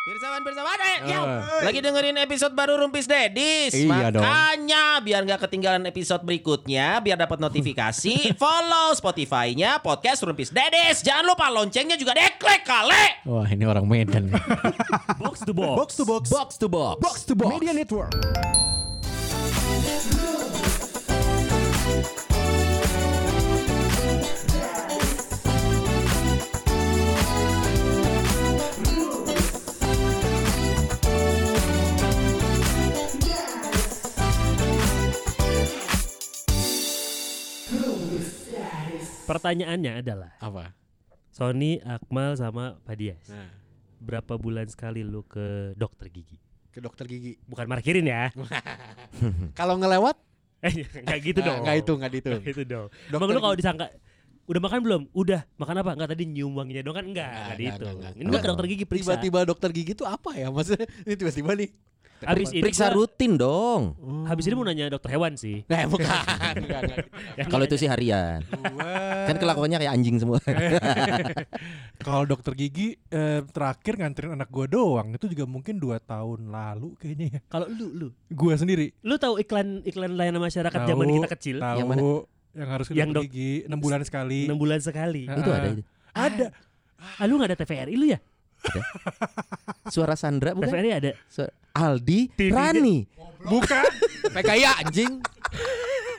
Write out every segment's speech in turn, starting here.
Pirsawan, pirsawan, eh, yo. Eh. lagi dengerin episode baru Rumpis Dedis. Iya dong. Makanya biar nggak ketinggalan episode berikutnya, biar dapat notifikasi, follow Spotify-nya podcast Rumpis Dedis. Jangan lupa loncengnya juga deklek kali. Wah ini orang Medan nih. Box to box. Box to box. box to box. Box to box. Media Network. Pertanyaannya adalah Apa? Sony, Akmal sama Pak Dias. Nah. Berapa bulan sekali lu ke dokter gigi? Ke dokter gigi. Bukan markirin ya. Kalau ngelewat Eh, enggak gitu nah, dong. nggak itu nggak itu. Nggak gitu dong. Dokter Bang lu kalau gigi. disangka udah makan belum? Udah. Makan apa? Enggak tadi nyium wanginya dong kan Nggak, enggak. Enggak nggak, gitu. nggak, nggak. Ini lu ke dokter gigi periksa. Tiba-tiba dokter gigi itu apa ya maksudnya? Ini tiba-tiba nih. Habis ini Periksa gua- rutin dong. Habis ini mau nanya dokter hewan sih. Nah bukan. Nggak, nggak gitu. Yang Kalau nanya- itu sih harian. Gua Kan kelakuannya kayak anjing semua. Kalau dokter gigi eh, terakhir nganterin anak gua doang itu juga mungkin dua tahun lalu kayaknya ya. kalau lu lu Gua sendiri. lu tahu iklan iklan layanan masyarakat Tahu, Kan zaman kita kecil Tahu Yang yang, mana? harus ke Yang dokter dok- gigi 6 bulan sekali. 6 bulan sekali. Ah. Nah. itu ada itu. Ada. Ah, lu enggak ada TVRI lu ya? Suara Sandra bukan? TVRI ada. Suara Aldi TV. Rani. Bukan. PKI anjing.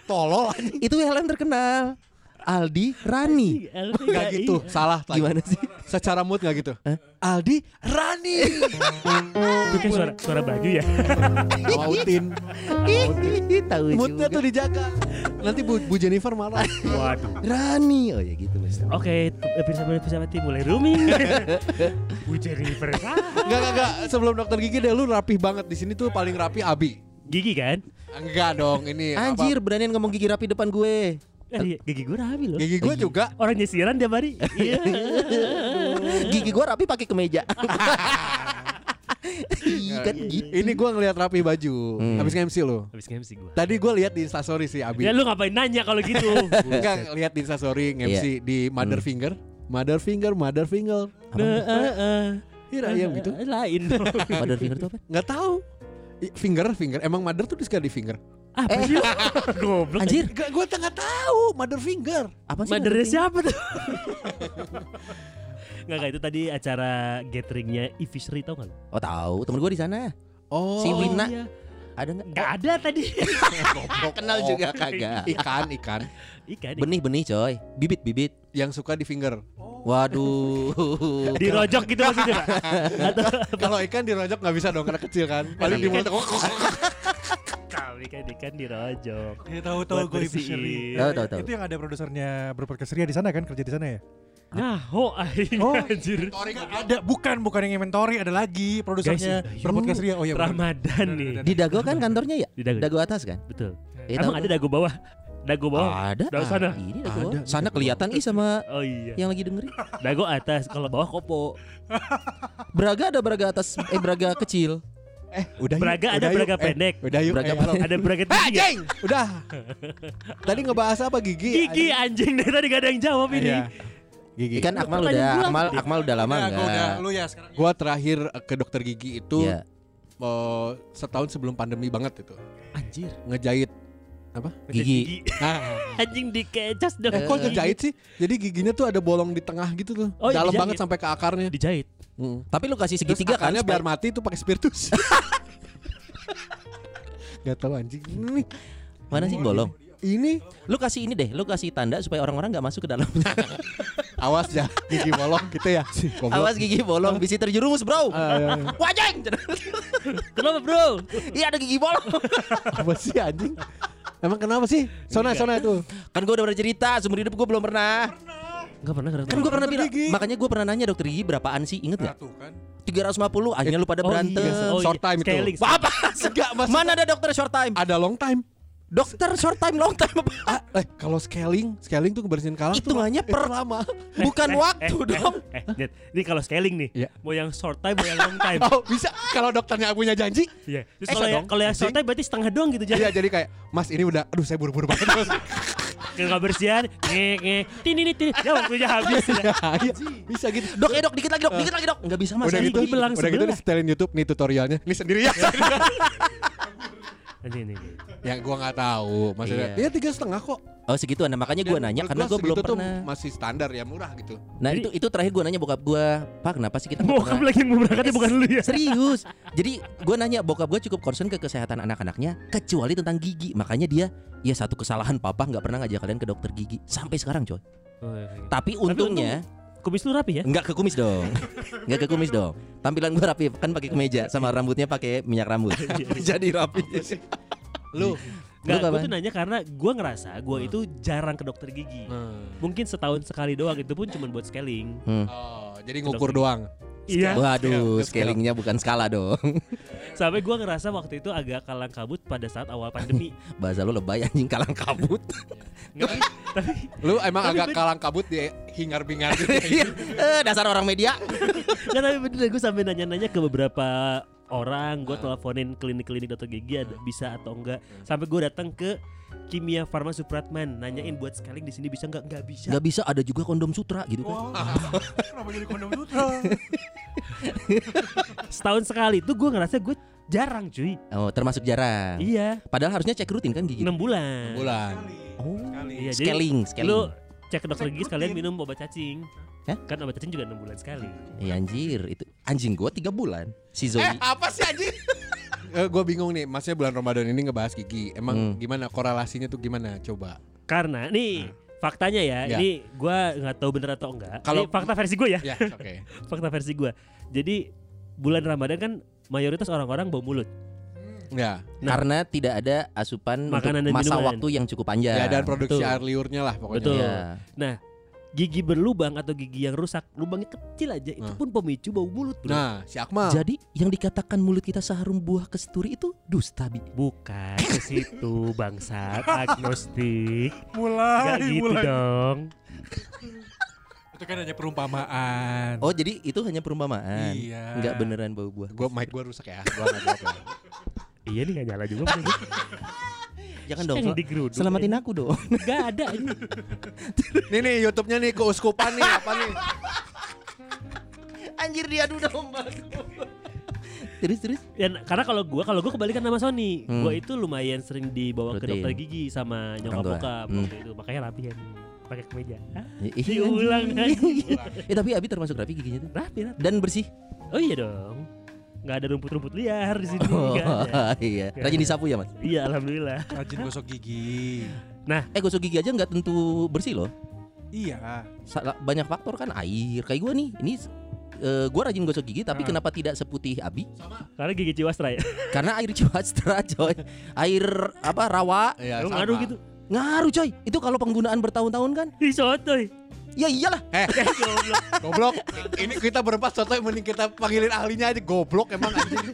Tolol anjing. Itu yang terkenal. Aldi Rani. Nggak gitu. Salah lagi. Gimana sih? Secara mood nggak gitu. Hah? Aldi Rani. Itu kayak suara suara baju ya. Mautin. Tahu Moodnya juga. tuh dijaga. Nanti Bu, Bu Jennifer marah. Waduh. Rani. Oh ya gitu Mas. Oke, episode episode mulai rooming. Bu Jennifer. Enggak enggak enggak. Sebelum dokter gigi deh lu rapih banget di sini tuh paling rapi Abi. Gigi kan? Enggak dong ini apa- Anjir, beranian ngomong gigi rapi depan gue. Eh, gigi gue rapi loh. Gigi gue juga Orang nyisiran dia hari. Iya. Gigi gue rapi pakai kemeja. Ih, kan gitu. Ini gue ngelihat rapi baju Hmm. Habis MC lo Habis nge-MC gue. Tadi gue lihat di instastory sih Abi Ya lu ngapain nanya kalau gitu? Enggak lihat di instastory nge-MC Di mother finger Mother finger, mother finger Eh, eh, eh. Iya ayam gitu Eh, Lain dong. Mother finger itu apa? Nggak tahu I- Finger, finger Emang mother tuh disuka di finger Apa sih? lu? Goblok. Anjir, Enggak, gue nggak tahu Mother finger apa sih? Mothernya siapa tuh? Enggak, enggak itu tadi acara gatheringnya e-fishery tau gak lu? Oh tahu, temen gue di sana. Oh Si Wina iya. ada nggak? Enggak ada tadi. Kenal juga kagak. Ikan, ikan Ikan. ikan. Benih-benih coy, bibit-bibit. Yang suka di finger Waduh. Dirojok gitu maksudnya. Pak? Atau Kalau ikan dirojok nggak bisa dong Karena kecil kan Paling di Ikan. mulut Tahu ikan ikan dirojok. Ya tahu-tahu Buat gue bersihin. Fishery. Tahu, tahu, tahu. Itu yang ada produsernya berpodcast Ria di sana kan kerja di sana ya? Nah, ho akhirnya Oh. anjir. Iya, Ada bukan bukan yang inventory ada lagi produsernya Guys, berpodcast Ria. Oh ya. Ramadan nih. Di Dago kan kantornya ya? Di Dago. Dago atas kan? Betul. Eh, Iya, Emang tahu ada dagu bawah. Dagu bawah. Ada. Oh, Dago sana. Ah, Ini Dago. Ada. Sana kelihatan ih sama Oh iya. yang lagi dengerin. Dago atas, kalau bawah kopo. Braga ada braga atas eh braga kecil. Eh udah yuk, Braga udah ada yuk. braga Eh, pendek. Udah yuk Braga eh, halo. Ada braga Ah, tinggi. jeng, udah. Tadi ngebahas apa gigi? Gigi anjing dari tadi gak ada yang jawab ini. Iya. Gigi. Ikan Kan Akmal Pertanyaan udah gua. Akmal Akmal udah lama Udah, gua udah enggak? lu ya sekarang. Gua terakhir eh, ke dokter gigi itu Iya. eh, setahun sebelum pandemi banget itu. Anjir. Ngejahit. Ada Gigi. Eh. Nah, eh, Anjing dikecas dong. kok ngejahit sih? Jadi giginya tuh ada bolong di tengah gitu tuh. Oh, Dalam dijahit. banget sampai ke akarnya. Dijahit. Mm. Tapi lu kasih Terus segitiga kan? akarnya biar supaya- mati tuh pakai spiritus. Gak tahu anjing. Ini, Mana sih bolong? ini Lu kasih ini deh, lu kasih tanda supaya orang-orang nggak masuk ke dalam. awas ya gigi bolong gitu ya. Si, goblok. Awas gigi bolong, bisa terjerumus, Bro. Ah, iya, iya. Wajeng. Kenapa bro? Iya ada gigi bolong. apa sih anjing? Emang kenapa sih? Sona sona itu. Kan gue udah pernah cerita, seumur hidup gue belum pernah. Gak pernah Kan gue pernah bilang, gigi. makanya gue pernah nanya dokter gigi berapaan sih, inget Nah, gak? tuh kan. 350, ah, akhirnya lu Eh, Oh, pada berantem. Short time itu. iya. Scaling. Wah, apa? Enggak, Mana ada dokter short time? Ada long time. Dokter short time, long time apa? Ah, eh kalau scaling, scaling tuh kebersihan kalang tuh Hitungannya per lama. Bukan Eh, eh, waktu eh, dong. Eh, Dit, ini kalau scaling nih, Iya. mau yang short time, mau yang long time. Oh bisa kalau dokternya punya janji Iya, Iya. Terus Eh, kalau yang dong, kalau yang short anjing. time berarti setengah doang gitu Iya jadi. Iya. jadi kayak Mas ini udah Aduh saya buru-buru banget ke kebersihan, ngek ngek, tini tini, tini. ya waktunya habis. Ya. Iya, bisa gitu. Dok, eh dok, dikit lagi dok, dikit lagi dok. Enggak bisa Mas. udah ini gitu, belang udah gitu sebelah. di setelin YouTube nih tutorialnya. Ini sendiri ya. Ini ini. ini. ya gua nggak tahu. Maksudnya ya Iya. tiga setengah kok. Oh segituan. Nah, makanya gue Dan nanya menurut karena gua gue belum segitu tuh pernah. Masih standar ya murah gitu. Nah Jadi- itu itu terakhir gue nanya bokap gue, Pak kenapa sih kita nggak Bokap pernah- lagi yang mau berangkatnya bukan lu ya. Serius. Jadi gue nanya bokap gue cukup concern ke kesehatan anak-anaknya kecuali tentang gigi. Makanya dia ya satu kesalahan papa nggak pernah ngajak kalian ke dokter gigi sampai sekarang coy. Tapi untungnya Oh, iya, Kumis lu rapi ya? nggak ke kumis dong, nggak ke kumis dong. Tampilan gue rapi kan pakai kemeja sama rambutnya pakai minyak rambut. Iya, Jadi rapi. Lu Enggak, Lu gue apaan? tuh nanya karena gue ngerasa gue itu jarang ke dokter gigi. Mungkin setahun sekali doang itu pun cuma buat scaling. Hmm. Oh, jadi ngukur doang. Iya. Scale, Waduh, scale. scalingnya bukan skala dong. Sampai gue ngerasa waktu itu agak kalang kabut pada saat awal pandemi. Bahasa lu lebay anjing kalang kabut. Nggak, tapi Lu emang Tapi agak ben- kalang kabut di hingar-bingar gitu. Iya, eh, dasar orang media. Nggak tapi bener gue sampai nanya-nanya ke beberapa orang gue teleponin klinik-klinik dokter gigi ada bisa atau enggak sampai gue datang ke Kimia Farma Supratman nanyain buat scaling di sini bisa nggak nggak bisa Gak bisa ada juga kondom sutra gitu Oh. kan. Oh. Kenapa jadi kondom sutra? setahun sekali itu gue ngerasa gue jarang cuy Oh, termasuk jarang. iya Padahal harusnya cek rutin kan gigi. enam bulan Bulan. Oh. iya jadi Scaling, scaling. lu cek ke dokter gigi sekalian minum obat cacing Hah? kan obat cacing juga enam bulan sekali Iya anjir, itu anjing gua tiga bulan. Si Zoe. Eh, apa sih anjing? gue Eh, bingung nih, maksudnya bulan Ramadan ini ngebahas gigi. Emang gimana korelasinya tuh gimana? Coba. karena nih faktanya ya Ya. ini gue nggak tahu bener atau enggak Kalau- ini fakta versi gue ya Ya, oke. fakta versi gue jadi bulan ramadan kan mayoritas orang-orang bau mulut Ya. nah. Karena tidak ada asupan Makanan dan untuk masa minuman. waktu yang cukup panjang. Ya, dan produksi betul. air liurnya lah pokoknya. ya. Betul. Iya. Nah, gigi berlubang atau gigi yang rusak, lubangnya kecil aja, itu Nah. pun pemicu bau mulut, bro. Nah, si Akmal. Jadi yang dikatakan mulut kita seharum buah kesturi itu dusta bi. Bukan ke situ bangsa agnostik. Gak mulai, gitu mulai. dong. Itu kan hanya perumpamaan. Oh jadi itu hanya perumpamaan. Iya. Kan? Nggak beneran bau buah. Gue mic gue rusak ya. Gua nggak jawab ya. Iya nih gak nyala juga. bener nih. Jangan Kan dong. Yang sel- digeruduk, Selamatin aku dong. Gak ada ini. nih nih YouTube-nya nih keuskupan nih apa nih? Anjir diadu domba. terus terus. Ya, karena kalau gua kalau gua kebalikan sama Sony, Hmm. gua itu lumayan sering dibawa ke Rutin. dokter gigi sama nyokap tua. bokap Hmm. waktu itu. Makanya rapi ya nih, pakai kemeja. Hah? Ya, iya, Diulang lagi. Eh tapi Abi termasuk rapi giginya tuh. Rapi, rapi. Dan bersih. Oh iya dong. Gak ada rumput-rumput liar di sini. nggak ada. Oh, iya. Rajin disapu ya mas. Iya, alhamdulillah. Rajin gosok gigi. Eh gosok gigi aja nggak tentu bersih loh. Iya. Salah- banyak faktor kan air kayak gue nih ini eh, gue rajin gosok gigi tapi Ah. kenapa tidak seputih Abi? Karena gigi Ciwastra ya. Karena air Ciwastra coy, air apa rawa Ya, Lu sama. ngaruh gitu. ngaruh coy. Itu kalau penggunaan bertahun-tahun kan? Ih, sotoy. Ya iyalah. Eh, goblok. Ini kita berempat sotoy mending kita panggilin ahlinya aja goblok emang anjing.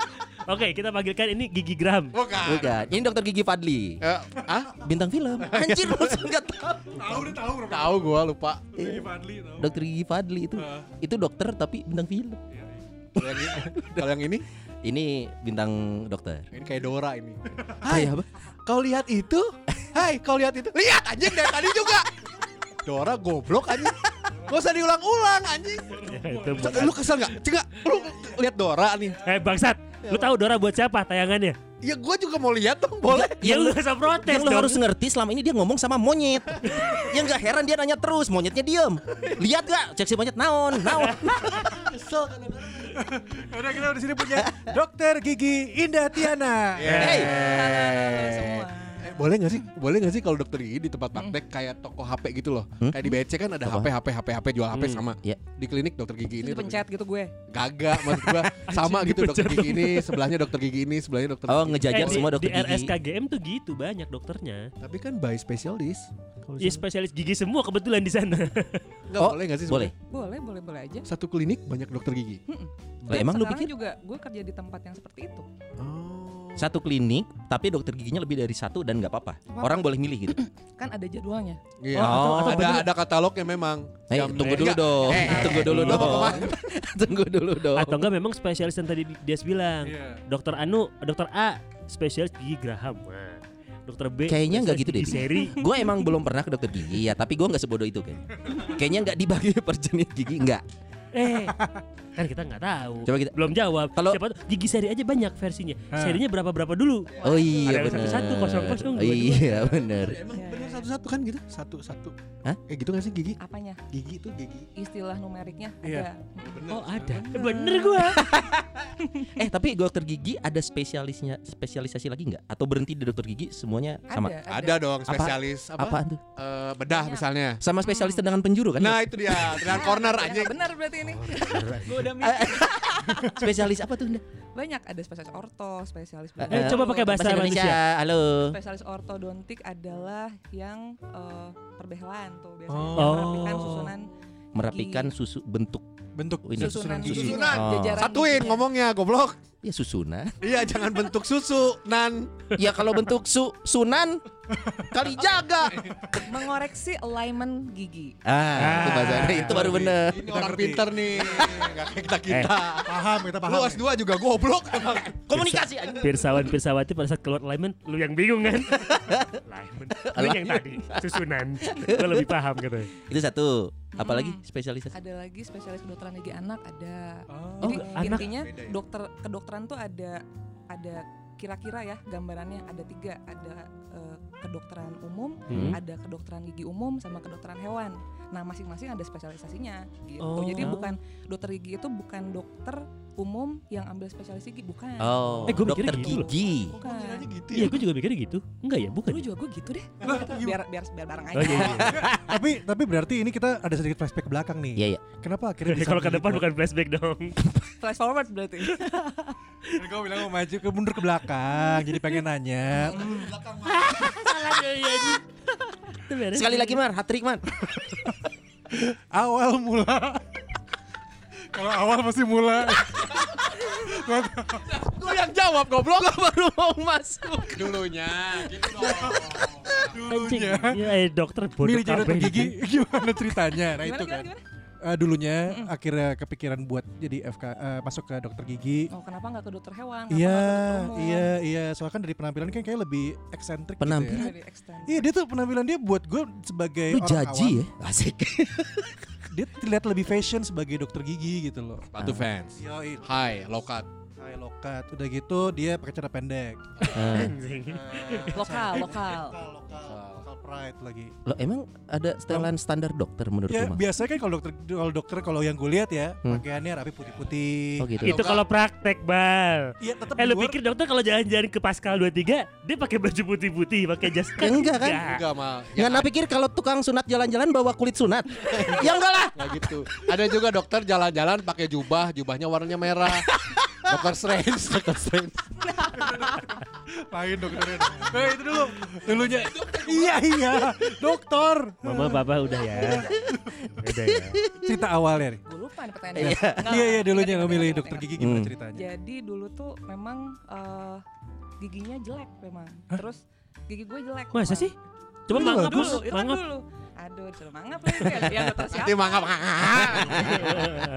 Oke, kita panggilkan ini Gigi Gram. Bukan. Bukan. Ini dokter gigi Fadli, Eh, ah, Iya kan? bintang film. Anjir lu enggak tahu. Tahu udah tahu berapa. tahu gua lupa. Iya, Fadli tahu. Dokter gigi Fadli itu Ah. itu dokter tapi bintang film. Kalau yang ini- Kalau yang ini, Ini bintang dokter. ini kayak Dora ini. Kayak apa? Kau lihat itu? Hai, kau lihat itu? Lihat anjing dari tadi juga. Dora goblok anjing. Gak usah diulang-ulang anjing. Ya, itu Cek, bukan. Lu kesel gak? Cek nggak? Lu lihat Dora nih. Eh, bangsat. Ya Lu tahu Dora buat siapa tayangannya? Ya gue juga mau lihat dong, boleh. Ya lu Yang- gak usah protes Yang lo dong. Eh, harus ngerti selama ini dia ngomong sama monyet Yang gak heran dia nanya terus Monyetnya diem Lihat gak? Cek si monyet naon Naon Kesel kadang-kadang. Ya Udah kita di sini punya Dokter Gigi Indah Tiana. Hey. Iya, Eh, boleh gak sih? Boleh gak sih kalau dokter gigi di tempat praktek kayak toko HP gitu loh. Hmm? Kayak di BC kan ada Apa? HP HP HP HP jual HP sama. Iya. Di klinik dokter gigi ini Itu dokter- pencet gitu gue. Kagak maksud gua sama Anjing, gitu dokter dipencet gigi ini, sebelahnya dokter gigi ini, sebelahnya dokter gigi. Eh, Oh ngejajar di- semua Di dokter gigi RSKGM tuh gitu banyak dokternya. Tapi kan by specialist. Iya, Ya spesialis gigi semua kebetulan di sana. Enggak Oh, boleh gak sih? Boleh sebenarnya? Boleh, boleh, boleh aja. Satu klinik banyak dokter gigi. Lah, Emang lu Sekarang pikir juga gue kerja di tempat yang seperti itu. Hmm. Oh. satu klinik tapi dokter giginya lebih dari satu dan nggak apa-apa orang boleh milih gitu Kan ada jadwalnya. Iya. Oh, atau- atau ada ada katalognya memang. Eh, Jam- tunggu dulu Enggak. dong Eh, eh, tunggu dulu lu mau dong kemana? tunggu dulu dong Atau enggak memang spesialis yang tadi Dias bilang. Iya. Dokter Anu, dokter A, spesialis gigi Graham. Nah, dokter B Kayaknya nggak gitu deh, Di Bi. seri gue emang belum pernah ke dokter gigi ya tapi gue nggak sebodoh itu kayaknya kayaknya nggak dibagi per jenis gigi nggak eh kan kita nggak tahu Coba kita- belum jawab Kalau- Siapa tahu- gigi seri aja banyak versinya Ah. serinya berapa berapa dulu oh iya Ada yang benar satu-satu, kosong-kosong, dua-dua. iya benar Emang Iya, bener iya. satu-satu kan gitu? Satu-satu. Hah? Eh gitu gak sih gigi? Apanya? Gigi tuh gigi. Istilah numeriknya Iya. ada. oh ada Ah. bener gua eh tapi dokter gigi ada spesialisnya spesialisasi lagi nggak atau berhenti di dokter gigi semuanya sama Ada, Ada dong spesialis apa? apaan tuh Eh, bedah Banyak. misalnya. sama spesialis Hmm. tendangan penjuru kan Nah itu dia, dengan corner Ah, anjing. Benar berarti ini. Gua udah mikir. spesialis apa tuh Nda? Banyak ada spesialis orto, spesialis Eh, bedah. coba pakai bahasa Ya, Indonesia halo Spesialis ortodontik adalah yang eh, perbelaan tuh biasanya Oh. yang merapikan susunan merapikan susu bentuk Bentuk Ini. susunan gigi. giginya, Susunan. Oh. jajaran Satuin giginya. ngomongnya goblok. ya susuna Iya jangan bentuk susu nan. ya kalau bentuk su sunan kali jaga mengoreksi alignment gigi. ah itu bahasanya itu baru bener Ini Kita orang ngerti. pinter nih, gak kayak kita kita. Paham, kita paham. Lu S2 juga goblok emang. Komunikasi anjing. pirsawan pirsawati pada saat keluar alignment lu yang bingung kan alignment lu yang tadi susunan gua lebih paham katanya itu satu apalagi Mm. spesialisasi Ada lagi spesialis kedokteran gigi anak ada. Oh. Jadi Oh, anak. intinya Beda ya? dokter kedokteran tuh ada ada kira-kira ya gambarannya ada tiga ada eh, kedokteran umum, Hmm. ada kedokteran gigi umum sama kedokteran hewan. Nah masing-masing ada spesialisasinya gitu. Oh. Jadi bukan dokter gigi itu bukan dokter umum yang ambil spesialis gigi bukan. oh Eh, gua mikirnya dokter gitu loh. gigi Bukan. gitu iya gua juga mikirnya gitu enggak ya bukan Dulu ya? juga gue gitu deh. gimana? Biar biar biar bareng aja. oh iya, iya. tapi tapi berarti ini kita ada sedikit flashback ke belakang nih. Iya, iya. Kenapa akhirnya bisa Eh, kalau ke gitu. depan begitu? bukan flashback dong Flash forward berarti. Kan Kau bilang mau maju ke Hmm. mundur ke belakang, jadi pengen nanya. Iya, sekali lagi mar hat trick man Awal mula. Kalau awal pasti mula. Gue yang jawab goblok. baru mau masuk Dulunya gitu dong. Anjing, Iya. Dulunya. ya, eh, dokter bodoh Milih jadi kabeh dokter gigi ini. gimana ceritanya? Nah Gimana, itu gimana, kan. gimana? Eh, dulunya akhirnya kepikiran buat jadi FK eh, masuk ke dokter gigi. Oh kenapa nggak ke dokter hewan? Kenapa Iya, nggak ke dokter umum? iya, iya. Soalnya kan dari penampilan kan kayak lebih eksentrik. gitu ya. Penampilan? Dari extend. Iya dia tuh penampilan dia buat gue sebagai lu orang jaji ya asik awam, dia terlihat lebih fashion sebagai dokter gigi gitu loh. Sepatu fans. Yoi, Hai, lokat. high lokat. Udah gitu dia pakai cara pendek. Ah. Anjing. Lokal, lokal. Lokal, lokal, lokal pride lagi. lo emang ada setelan standar dokter menurut Ya lu Mar? biasanya kan kalau dokter kalau dokter kalau yang gue lihat ya Hmm. pakaiannya rapi putih-putih. oh gitu Itu kalau praktek, Bal. Iya tetap Eh di lu luar- pikir dokter kalau jalan-jalan ke Pascal 23 dia pakai baju putih-putih, pakai jas Ya enggak kan? Enggak Ya, mah. Nggak nah, pikir kalau tukang sunat jalan-jalan bawa kulit sunat ya enggak lah Nggak gitu. Ada juga dokter jalan-jalan pakai jubah, jubahnya warnanya merah. Dokter Strange, Dokter Strange. Lain dokternya. nah, itu dulu. Dulunya. iya iya. Dokter. Mama, papa udah ya. Udah ya. Cerita awalnya nih. Gue lupa nih pertanyaannya. Nggak, Iya iya dulunya ingat, lo ingat, milih ingat, dokter ingat. gigi gimana Hmm. ceritanya? Jadi dulu tuh memang eh, giginya jelek memang. Terus gigi gue jelek. Masa memang. sih? Coba Dulu, mangap, Dulu, itu kan mangap. dulu. Aduh, disuruh mangap lagi kan. Yang dokter siapa? Nanti mangap.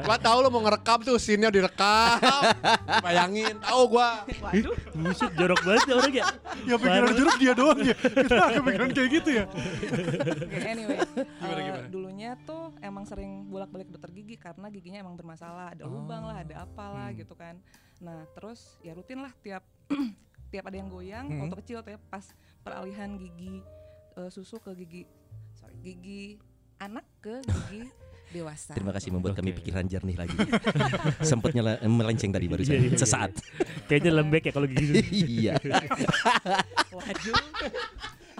gua tahu lo mau ngerekam tuh, scene-nya direkam. Bayangin, tahu gua. Waduh, Buset, jorok banget ya orang ya. Ya pikiran Baru- jeruk dia doang ya. Kita kepikiran kayak gitu ya. Oke, anyway. Gimana, eh, gimana? dulunya tuh emang sering bolak-balik ke dokter gigi karena giginya emang bermasalah. Ada lubang lah, ada apalah gitu kan. Nah, terus ya rutin lah tiap tiap ada yang goyang Hmm. waktu kecil tuh ya pas peralihan gigi eh, susu ke gigi sorry, gigi anak ke gigi dewasa. terima kasih membuat kami Oke. pikiran jernih lagi sempet nyela- eh, melenceng tadi baru Iya, iya, iya. sesaat Kayaknya lembek ya kalau gigi. iya Waduh,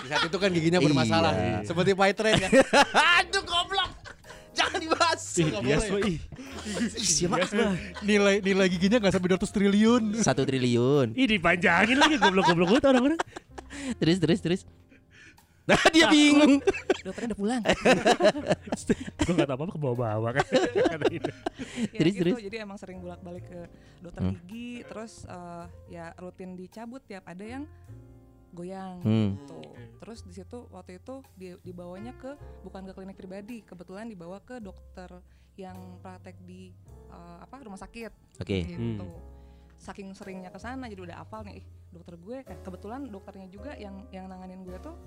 Di saat itu kan giginya bermasalah. Iya. Seperti Pak Train ya. Aduh goblok. Jangan dibahas. Ih, iya, bias mah, ih. Bias mah. Nilai nilai giginya nggak sampai 200 triliun. satu triliun Ih, dipanjangin lagi goblok-goblok banget orang-orang. terus terus terus nah dia bingung dokternya udah pulang. Gua enggak tahu apa-apa ke bawah-bawah kan. Kata itu. ya Terus, gitu. terus. Jadi emang sering bolak-balik ke dokter Hmm. gigi, terus eh, ya rutin dicabut tiap ada yang goyang. Hmm. Tuh. Gitu. Terus di situ waktu itu di- dibawanya ke bukan ke klinik pribadi, kebetulan dibawa ke dokter yang praktek di eh, apa rumah sakit oke gitu. Saking seringnya ke sana jadi udah hafal nih, ih dokter gue kayak kebetulan dokternya juga yang yang nanganin gue tuh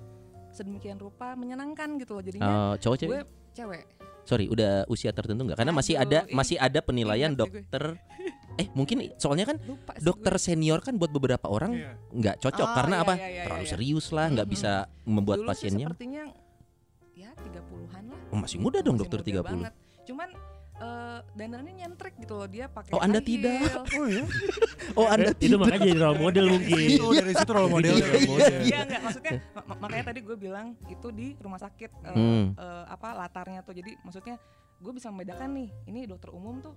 sedemikian rupa menyenangkan gitu loh jadinya Eh, cowok cewek gue cewek sorry udah usia tertentu nggak karena masih Aduh, iya, ada ih, masih ada penilaian ingat sih gue. dokter eh mungkin soalnya kan lupa sih dokter gue. senior kan buat beberapa orang Iya. nggak cocok Ah, karena iya, apa iya, iya, terlalu iya. serius lah nggak Mhm. bisa membuat Dulu sih pasiennya sepertinya ya 30-an lah Oh, masih muda dong Masih dokter 30 muda banget. Cuman eh dandanannya nyentrik gitu loh dia pakai Oh, Anda high tidak. heel. Oh iya. oh anda Eh, itu tidak makanya jadi role model mungkin. Itu dari situ role model. Iya, role model. Iya enggak maksudnya ma- ma- makanya tadi gue bilang itu di rumah sakit eh, Hmm. eh, apa latarnya tuh. Jadi maksudnya gue bisa membedakan nih ini dokter umum tuh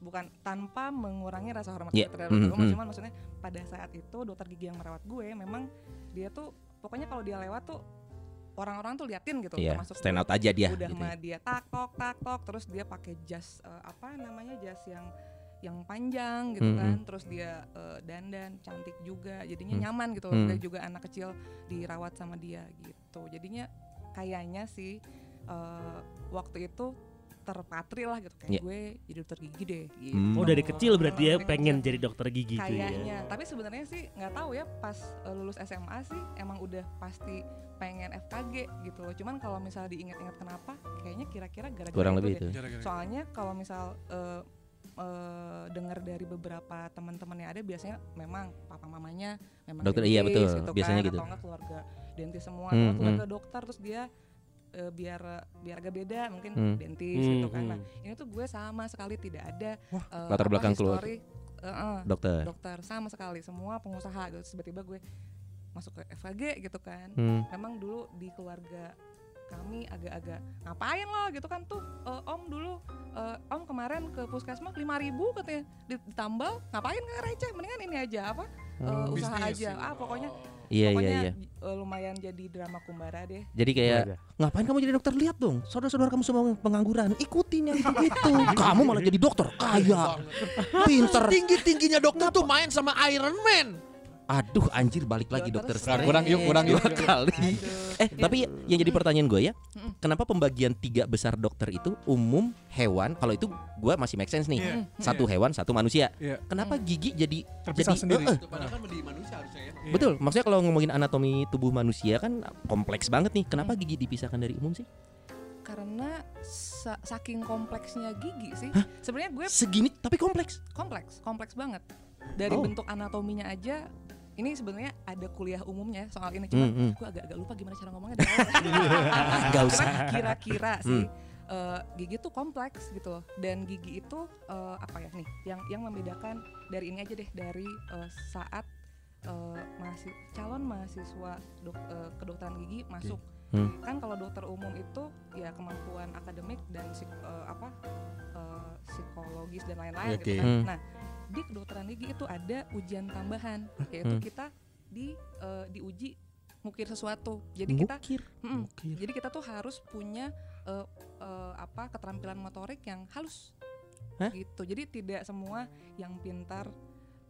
bukan tanpa mengurangi rasa hormat Iya, kita terhadap dokter mm, umum. mm. Cuman maksudnya pada saat itu dokter gigi yang merawat gue memang dia tuh pokoknya kalau dia lewat tuh orang-orang tuh liatin gitu Iya, termasuk stand gue. out aja dia udah gitu mah ya. dia takok takok terus dia pakai jas eh, apa namanya jas yang yang panjang gitu Mm-mm. kan terus dia eh, dandan cantik juga jadinya Mm. nyaman gitu Mm. dan juga anak kecil dirawat sama dia gitu jadinya kayaknya sih eh, waktu itu terpatri lah gitu kayak Iya. gue jadi dokter gigi deh gitu. Hmm. Oh dari kecil berarti ya Dari pengen kecil. jadi dokter gigi tuh ya. kayaknya tapi sebenarnya sih nggak tahu ya pas eh, lulus SMA sih emang udah pasti pengen FKG gitu loh cuman kalau misalnya diingat-ingat kenapa kayaknya kira-kira gara-gara kurang itu lebih deh. itu Gara-gara. soalnya kalau misal eh, eh, dengar dari beberapa teman-teman yang ada biasanya memang papa mamanya memang Dokter, iya, dentis betul. Biasanya kan, gitu. atau enggak keluarga dentis semua Hmm, atau keluarga hmm. dokter terus dia eh, biar biar agak beda mungkin Hmm. dentis Hmm, gitu kan nah hmm. ini tuh gue sama sekali tidak ada Wah, eh, latar apa, belakang keluar. history, eh, eh, dokter dokter sama sekali semua pengusaha gitu Terus tiba-tiba gue masuk ke FKG gitu kan Hmm. memang dulu di keluarga kami agak-agak ngapain lo gitu kan tuh eh, om dulu eh, om kemarin ke puskesmas 5000 katanya Di- ditambal ngapain nggak receh mendingan ini aja apa eh, usaha aja ah pokoknya Hmm. iya iya pokoknya iya j- eh, lumayan jadi drama kumbara deh jadi kayak ngapain kamu jadi dokter lihat dong saudara-saudara kamu semua pengangguran ikutin yang itu kamu malah jadi dokter kaya pinter Tinggi tingginya dokter tuh main sama Iron Man. aduh anjir balik lagi dokter Kurang, kurang yuk, kurang dua yuk. kali Eh, tapi yang jadi pertanyaan gue ya, Mm-mm. kenapa pembagian tiga besar dokter itu umum hewan? Kalau itu gue masih make sense nih, Iya. satu hewan, satu manusia. Iya. Kenapa gigi jadi Terpisah jadi- sendiri. eh, eh, Padahal kan di manusia harusnya ya. Iya. betul? Maksudnya kalau ngomongin anatomi tubuh manusia kan kompleks banget nih. Kenapa gigi dipisahkan dari umum sih? karena sa- saking kompleksnya gigi sih sebenarnya gue Segini tapi kompleks. kompleks kompleks banget dari Oh. bentuk anatominya aja ini sebenarnya ada kuliah umumnya soal ini cuman Hmm, hmm. gue agak-agak lupa gimana cara ngomongnya dari awal. Gak usah. Hmm. Cuman kira-kira sih eh, gigi tuh kompleks gitu loh dan gigi itu eh, apa ya nih yang yang membedakan dari ini aja deh dari eh, saat eh, mahasi- calon mahasiswa dok- eh, kedokteran gigi masuk Hmm. kan kalau dokter umum itu ya kemampuan akademik dan psik- eh, apa eh, psikologis dan lain-lain gitu Oke. kan Hmm. nah di kedokteran gigi itu ada ujian tambahan yaitu Hmm. kita di eh, diuji mukir sesuatu jadi kita Mukir. Mm-mm. Mukir. jadi kita tuh harus punya eh, eh, apa keterampilan motorik yang halus Hah? gitu jadi tidak semua yang pintar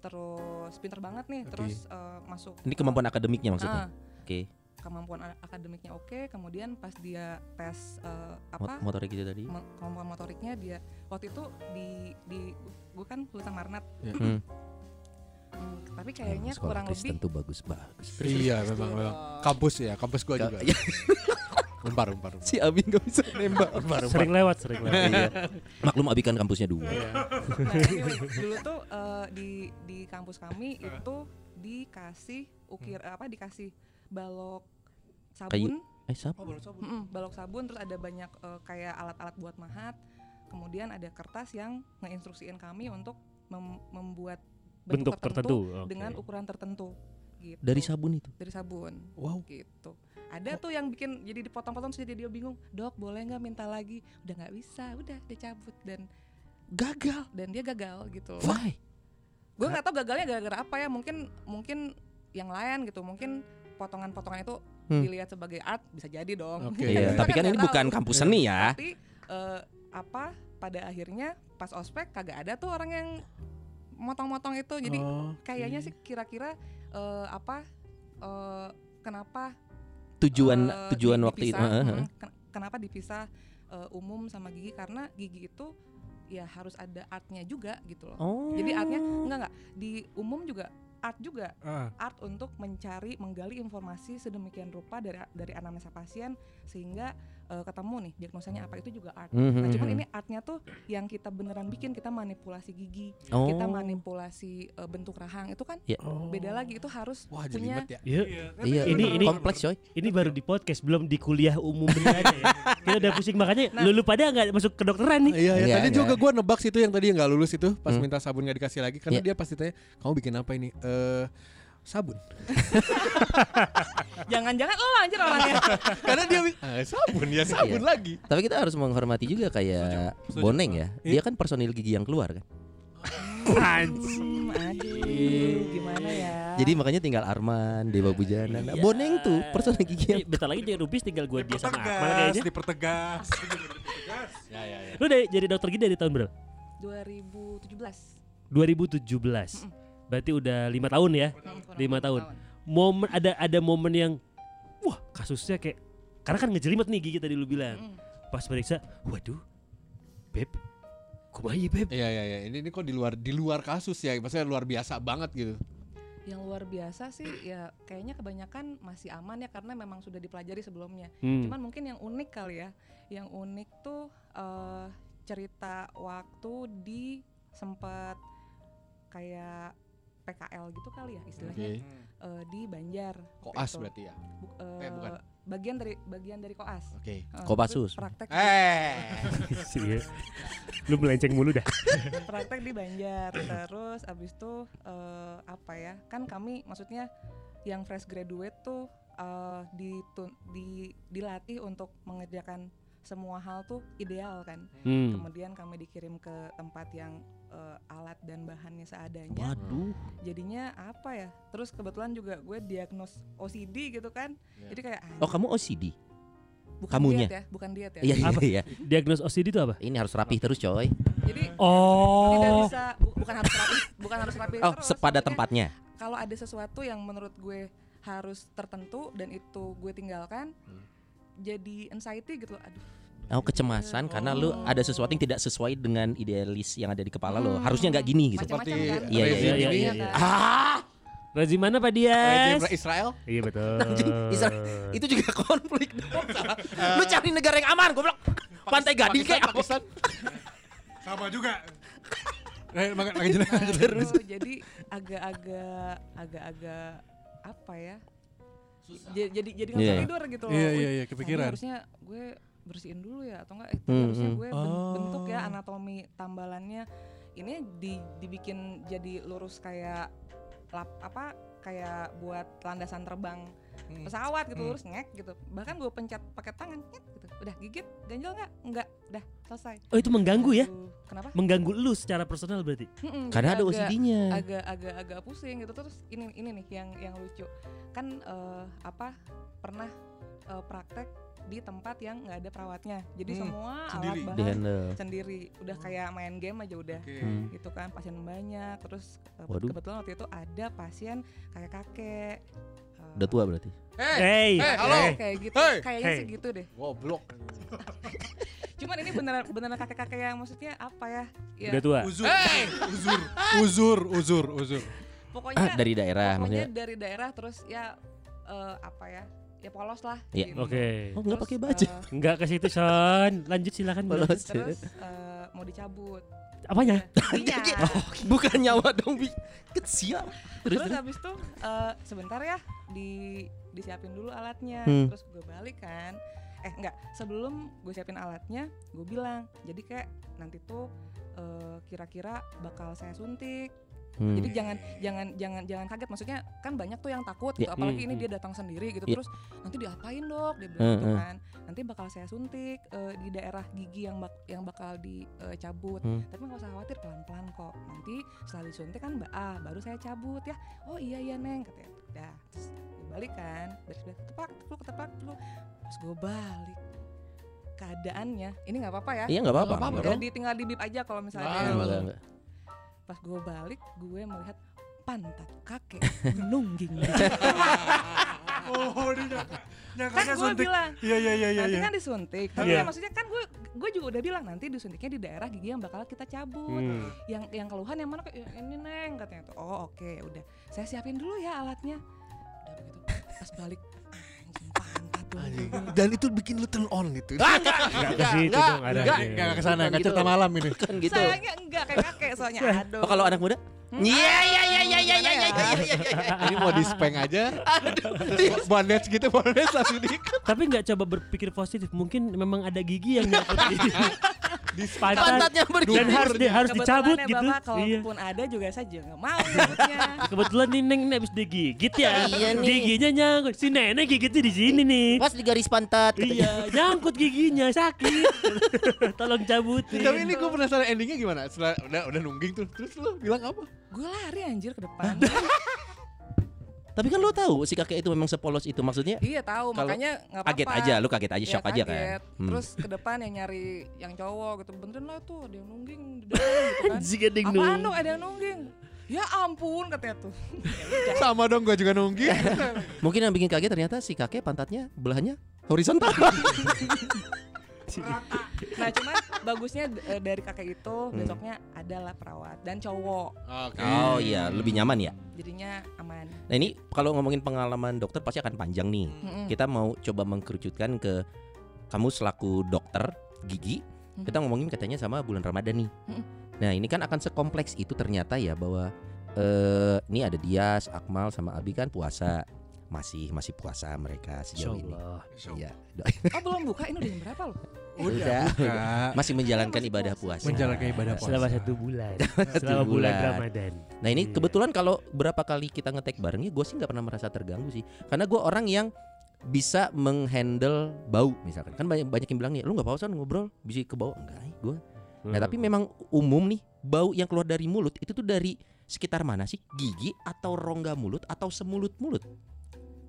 terus pintar banget nih terus eh, masuk Ini kemampuan akademiknya maksudnya. Ah, Oke. kemampuan a- akademiknya oke kemudian pas dia tes eh, Mot apa motorik gitu tadi. mo- kemampuan motoriknya dia waktu itu di di gue kan lulusan Marnat Hmm. Hmm, tapi kayaknya Sekolah kurang Kristen lebih tuh bagus-bagus. Iya memang memang. Kampus ya, kampus gua juga. Iya. Umpar umpar. umpar. si Abi nggak bisa nembak. Sering lewat, sering lewat. Iya. Maklum Abi kan kampusnya dua. Nah, anyway, dulu tuh eh, di di kampus kami itu dikasih ukir apa dikasih balok sabun, Eh siapa? Mm-mm, Oh, balok sabun terus ada banyak eh, kayak alat-alat buat mahat. Kemudian ada kertas yang ngeinstruksiin kami untuk mem- membuat Bentuk tertentu. oke. dengan ukuran tertentu gitu. Dari sabun itu. dari sabun Wow. gitu. Ada tuh yang bikin jadi dipotong-potong terus jadi dia bingung, "Dok, boleh nggak minta lagi?" Udah nggak bisa, udah dicabut dan gagal dan dia gagal gitu. Why? gue nggak tahu gagalnya gara-gara apa ya mungkin mungkin yang lain gitu mungkin potongan-potongan itu Hmm. dilihat sebagai art bisa jadi dong Oke. Iya, Kita tapi kan nggak ini tahu. bukan kampus seni ya. tapi eh, apa pada akhirnya pas ospek kagak ada tuh orang yang motong-motong itu jadi Oh. kayaknya Hmm. sih kira-kira eh, apa eh, kenapa Tujuan eh, tujuan di- waktu itu. dipisah, heeh. mm, ken- kenapa dipisah eh, umum sama gigi karena gigi itu ya harus ada artnya juga gitu loh Oh. jadi artnya enggak enggak di umum juga art juga Ah, art untuk mencari menggali informasi sedemikian rupa dari dari anamnesa pasien sehingga eh, ketemu nih diagnosanya apa itu juga Hmm, art. Nah, cuman ini artnya tuh yang kita beneran bikin kita manipulasi gigi, Oh. kita manipulasi eh, bentuk rahang itu kan Ya. beda lagi itu harus Wah jelimet punya ya. Iya, Iya, Ini- ini- kompleks coy. ini baru di podcast, belum di kuliah umum bener aja ya. Kita udah pusing makanya Nah. lulu pada nggak masuk kedokteran nih. Iya, ya, Iya, tadi iya. juga gue nebak situ yang tadi yang nggak lulus itu pas Hmm. minta sabun nggak dikasih lagi karena Iya. dia pasti tanya kamu bikin apa ini? Eh sabun. jangan-jangan oh, lo anjir orangnya. karena dia "Ah, sabun ya sabun lagi. Iya. Tapi kita harus menghormati juga kayak Setuju. Iya. Boneng ya. Dia kan personil gigi yang keluar kan. Hmm, aduh, gimana ya? Jadi makanya tinggal Arman, Dewa Bujana. Iya. Nah, Boneng tuh personil gigi yang Eh, Bentar lagi jadi rupis tinggal gue dia sama Akmal dipertegas, kayaknya. dipertegas. Lu dari, jadi dokter gigi dari tahun berapa? 2017. 2017. Berarti udah lima tahun ya. Kurang Lima lebih tahun. Momen ada ada momen yang wah kasusnya kayak karena kan ngejelimet nih gigi tadi lu bilang. Mm. Pas meriksa, waduh, beb, kumaha ya beb? Iya, iya, iya. Ini, ini kok di luar di luar kasus ya? Maksudnya luar biasa banget gitu. Yang luar biasa sih ya kayaknya kebanyakan masih aman ya karena memang sudah dipelajari sebelumnya. Hmm. Cuman mungkin yang unik kali ya. Yang unik tuh eh, cerita waktu di sempat kayak PKL gitu kali ya Oke. istilahnya eh, di Banjar. waktu Gitu. Koas itu. berarti ya. Bu- eh, Eh, bukan. Bagian dari bagian dari koas. Oke. Eh, Kopassus. tapi Praktek Eh. Sih, ya. lu melenceng mulu dah. praktek di Banjar terus abis itu eh, apa ya kan kami maksudnya yang fresh graduate tuh eh, ditun- di dilatih untuk mengerjakan semua hal tuh ideal kan Hmm. kemudian kami dikirim ke tempat yang eh, alat dan bahannya seadanya Waduh. jadinya apa ya terus kebetulan juga gue diagnos OCD gitu kan Iya. jadi kayak Oh, kamu OCD. "Anjing, bukan kamunya? diet ya bukan diet ya Iya, iya, Apa? iya. Diagnos OCD itu apa? Ini harus rapih terus coy. jadi tidak Oh. bisa bu- bukan harus rapi bukan harus rapi Oh, terus sepada maksudnya tempatnya. kalau ada sesuatu yang menurut gue harus tertentu dan itu gue tinggalkan jadi anxiety gitu aduh Oh, kecemasan karena lu Oh. ada sesuatu yang tidak sesuai dengan idealis yang ada di kepala lo. Hmm. Harusnya nggak gini gitu. macam-macam Seperti kan Iya, iya, Rezim iya, ini iya, kan. iya. Ah, Rezim mana Pak Eh, Rejim Dias? Eh, Israel. Iya betul. Anjing, Israel. itu juga konflik dong. salah. lu cari negara yang aman, goblok. Pantai Gading Pakistan, kayak apa? Pakistan. Sama juga. Eh, makan makan jelas. gitu Nah, itu jadi agak-agak agak-agak apa ya Ja- jadi jadi nggak bisa Iya. tidur gitu loh Iya, Wih, iya, iya, kayaknya kepikiran. harusnya gue bersihin dulu ya atau enggak eh, tadi Hmm, harusnya hmm. gue ben- Oh. bentuk ya anatomi tambalannya ini di- dibikin jadi lurus kayak lap apa kayak buat landasan terbang Hmm. pesawat gitu Hmm. lurus ngek gitu bahkan gue pencet pakai tangan ngek gitu udah gigit ganjel nggak nggak udah selesai Oh itu mengganggu ya? Aduh, kenapa Mengganggu lu secara personal berarti? Mm-mm, Karena jadi ada agak- OCD-nya. agak agak agak pusing gitu terus ini ini nih yang yang lucu kan eh, apa pernah eh, praktek di tempat yang nggak ada perawatnya jadi Hmm, semua sendiri. alat Di bahan handle. sendiri udah kayak main game aja udah Hmm. gitu kan pasien banyak terus eh, Waduh. kebetulan waktu itu ada pasien kayak kakek eh, Udah tua berarti. Eh, Hey, Hey. Eh. Hey, kayak- halo. kayak gitu Hey. kayaknya Hey. sih gitu deh Goblok. cuman ini beneran beneran kakek-kakek yang maksudnya apa ya ya Udah tua. Uzur. Uzur. Uzur, uzur, uzur. Ah, pokoknya dari daerah Iya. pokoknya maksudnya. dari daerah terus ya eh, apa ya ya polos lah Iya. gini. Oke. Oh, nggak Terus, pakai baju. eh, Enggak ke situ Son. Lanjut silakan. Bro. Terus. terus eh, mau dicabut Ya, Apanya? Iya. Oh, Bukan nyawa dong, Bi. Kesial. Terus, terus terus. habis itu eh, sebentar ya di disiapin dulu alatnya Hmm. terus gue balik kan eh enggak sebelum gue siapin alatnya gue bilang jadi kayak nanti tuh eh, kira-kira bakal saya suntik Hmm. Jadi jangan jangan jangan jangan kaget maksudnya kan banyak tuh yang takut gitu Ya, apalagi mm, ini mm. dia datang sendiri gitu Ya. terus nanti diapain dok dia bilang gitu Eh, eh. kan. Nanti bakal saya suntik eh, di daerah gigi yang bak- yang bakal dicabut. Hmm. Tapi nggak usah khawatir pelan-pelan kok. Nanti setelah disuntik kan Mbak A baru saya cabut ya. Oh iya iya Neng katanya. Dah, terus gue balik kan. Beres-beres ketepak ketepak ketepak ketepak. Terus gue balik. Keadaannya ini nggak apa-apa ya. Iya nggak apa-apa. Nggak apa-apa nggak Udah apa-apa. di- tinggal dibip aja kalau misalnya. Wah, ada yang- Nggak, nggak, nggak. Pas gue balik, gue melihat pantat kakek menungging. Oh, dia nyangka- kan nyangkanya gue suntik. Kan bilang, Iya, iya, iya, iya. nanti iya. kan disuntik. Tapi Iya. ya maksudnya kan gue gue juga udah bilang nanti disuntiknya di daerah gigi yang bakal kita cabut Hmm. yang yang keluhan yang mana Kak? "Ya, ini neng katanya tuh oh oke udah saya siapin dulu ya alatnya udah begitu pas balik anjing pantat tuh Dan itu bikin lu turn on gitu. Nggak ke situ dong, ada enggak, dia. enggak ke Bukan sana, enggak gitu. cerita malam ini. kan gitu. sayangnya enggak kayak kakek soalnya aduh Oh, kalau anak muda? Iya iya iya iya iya iya iya iya iya. Ini mau dispeng aja. Bandage gitu, bandage langsung di Tapi nggak coba berpikir positif. Mungkin memang ada gigi yang nyangkut di di pantat Pantatnya dan bergerak. harus di, harus dicabut Kebetulan ya, gitu. Bapak, Iya. kalaupun ada juga saya juga nggak mau nyebutnya. Kebetulan nih Neng ini habis digigit ya. Iya nih. Giginya nyangkut. Si nenek gigitnya di sini nih. Pas di garis pantat. katanya. Iya, nyangkut giginya sakit. Tolong cabutin. Iya. Tapi ini gue penasaran endingnya gimana? Setelah udah udah nungging tuh, terus lu bilang apa? Gue lari anjir ke depan. Tapi kan lo tahu si kakek itu memang sepolos itu maksudnya? iya tahu, Kalau makanya nggak apa-apa. Kaget aja, lu kaget aja, Iya, shock aja kaget. kan. Hmm. Terus ke depan yang nyari yang cowok gitu, beneran lah tuh ada yang nungging di depan gitu kan. Anjing, ada yang Apaan nungging. dong ada yang nungging? Ya ampun katanya tuh. Ya udah. Sama dong gue juga nungging. Mungkin yang bikin kaget ternyata si kakek pantatnya belahnya horizontal. nah cuman bagusnya d- eh, dari kakek itu Hmm. besoknya adalah perawat dan cowok, Oke. oh iya, lebih nyaman ya. jadinya aman. Nah ini kalau ngomongin pengalaman dokter pasti akan panjang nih. Mm-mm. Kita mau coba mengkerucutkan ke kamu selaku dokter gigi. Hmm. Kita ngomongin katanya sama bulan Ramadan nih. Mm-mm. Nah ini kan akan sekompleks itu ternyata ya bahwa eh ini ada Dias, Akmal sama Abi kan puasa masih masih puasa mereka sejauh ini. Iya. doain. Oh belum buka ini udah jam berapa loh? Udah. Buka. Masih menjalankan Masih ibadah puasa. puasa. Menjalankan ibadah puasa. Selama satu bulan. Selama Satu bulan bulan. Ramadan. Nah ini Iya. kebetulan kalau berapa kali kita ngetek barengnya gue sih nggak pernah merasa terganggu sih Karena gue orang yang bisa menghandle bau misalkan Kan banyak, banyak yang bilang nih lu gak pausan ngobrol bisa ke bau Enggak gue Hmm. Nah tapi memang umum nih bau yang keluar dari mulut itu tuh dari sekitar mana sih? Gigi atau rongga mulut atau semulut-mulut?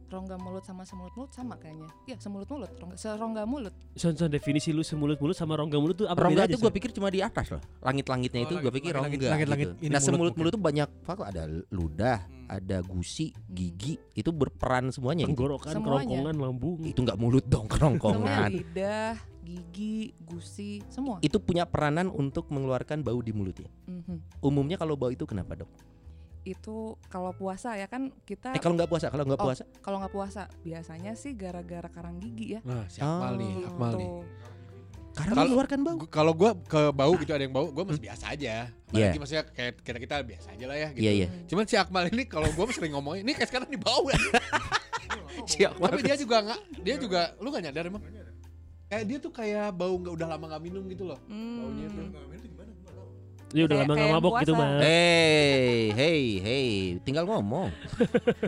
Rongga mulut sama semulut mulut sama kayaknya. Iya semulut mulut, rongga, serongga mulut. Son son definisi lu semulut mulut sama rongga mulut tuh apa Rongga bedanya, itu gue Son? pikir cuma di atas loh Langit-langitnya Oh, itu gue langit- pikir langit-langit- rongga langit-langit gitu ini Nah mulut semulut-mulut tuh banyak faktor Ada ludah, Hmm. ada gusi, gigi Itu berperan semuanya itu tenggorokan, Semuanya. Iya. kerongkongan, lambung. itu nggak mulut dong Semua kerongkongan lidah, gigi, gusi, semua. itu punya peranan untuk mengeluarkan bau di mulutnya. Mhm. Umumnya kalau bau itu kenapa dok? Itu kalau puasa ya kan kita Eh kalau nggak puasa, kalau nggak Oh, puasa, kalau nggak puasa biasanya sih gara-gara karang gigi ya. Gitu. Nah, siapa Oh. nih? Akmal nih. Tuh. karena kalau- mengeluarkan bau. Gua- Kalau gue ke bau gitu ada yang bau, gue masih biasa aja. Iya. Apalagi maksudnya kayak kita kita biasa aja lah ya. Gitu. Iya iya. Cuman si Akmal ini kalau gue sering ngomongin, ini kayak sekarang di bau ya. Tapi dia juga nggak, dia juga, lu nggak nyadar emang? Kayak dia tuh kayak bau nggak udah lama nggak minum gitu loh. Hmm. Baunya tuh. Dia udah Kayak- lama nggak kayak mabok gitu, puasa. Eh, Mas. Hey, hey, hey, tinggal ngomong.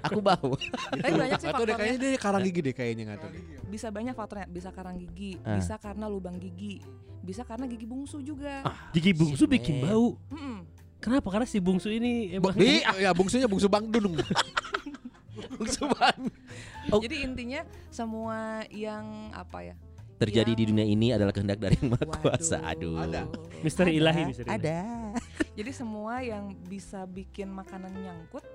Aku bau. Tapi banyak sih Atau deh faktornya. kayaknya dia karang gigi deh kayaknya nggak tahu. deh. Bisa banyak faktornya. Bisa karang gigi, Ah. bisa karena lubang gigi, bisa karena gigi bungsu juga. Ah. Hmm. Gigi bungsu Si bikin Nen. bau. Mm-mm. Kenapa? Karena si bungsu ini emang Di, ya bungsunya bungsu Bang Dunung. Oh. Jadi intinya semua yang apa ya? Terjadi Yang- di dunia ini adalah kehendak dari yang maha Waduh. kuasa. Aduh. Ada. misteri ilahi, misteri ilahi. Ada. Jadi semua yang bisa bikin makanan nyangkut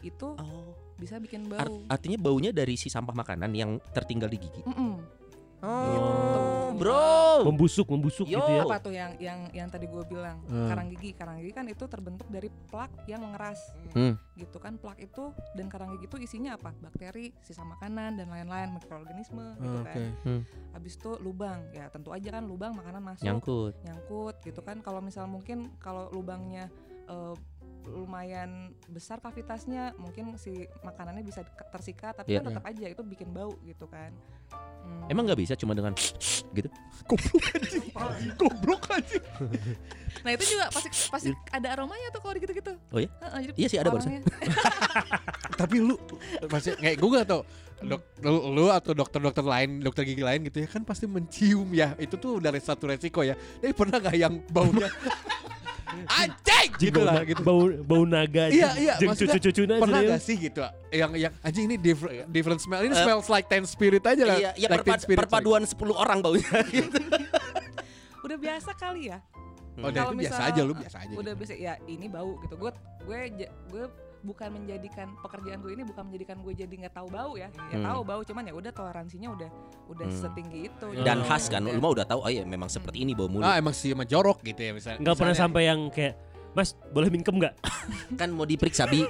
itu Oh. bisa bikin Ar- bau. artinya baunya dari si sampah makanan yang tertinggal di gigi. Mm-mm. Oh, bro. Membusuk, membusuk Yo. gitu ya. apa tuh yang yang yang tadi gue bilang Hmm. karang gigi karang gigi kan itu terbentuk dari plak yang mengeras Hmm. gitu kan plak itu dan karang gigi itu isinya apa bakteri sisa makanan dan lain-lain mikroorganisme gitu Ah, kan Hmm. habis itu lubang ya tentu aja kan lubang makanan masuk Nyangkut. nyangkut gitu kan kalau misal mungkin kalau lubangnya eh, lumayan besar kavitasnya mungkin si makanannya bisa ke- tersikat tapi Iya. kan tetap aja itu bikin bau gitu kan Hmm. Emang nggak bisa cuma dengan gitu? Goblok aja. nah itu juga pasti pasti ada aromanya tuh kalau gitu-gitu Oh iya? Heeh, jadi Iya sih, ada barusan. orangnya- Tapi lu pasti kayak gue gak tau dok, lu, lu atau dokter-dokter lain, dokter gigi lain gitu ya kan pasti mencium ya. Itu tuh dari satu resiko ya. Tapi pernah gak yang baunya anjing gitu bau, lah na- gitu. bau, bau naga Iya, iya, maksudnya cucu-cucu Pernah gak sih gitu yang yang anjing ini different, different smell. Eh. Ini smells like ten spirit aja lah. Iya, iya like teen perpad- perpaduan 10 orang baunya. udah biasa kali ya sorry. Oh, dan Kalau itu biasa Iya. misal- aja lu biasa aja. udah gitu. biasa ya ini bau gitu gue gue gue bukan menjadikan pekerjaan gue ini bukan menjadikan gue jadi nggak tahu bau ya ya Hmm. tahu bau cuman ya udah toleransinya udah udah Hmm. setinggi itu Dan gitu. khas kan, lu mah udah tahu, oh iya memang seperti ini bau mulut. Ah emang sih emang jorok gitu ya misalnya. Nggak pernah misalnya. sampai yang kayak Mas boleh mingkem nggak? Kan mau diperiksa bi,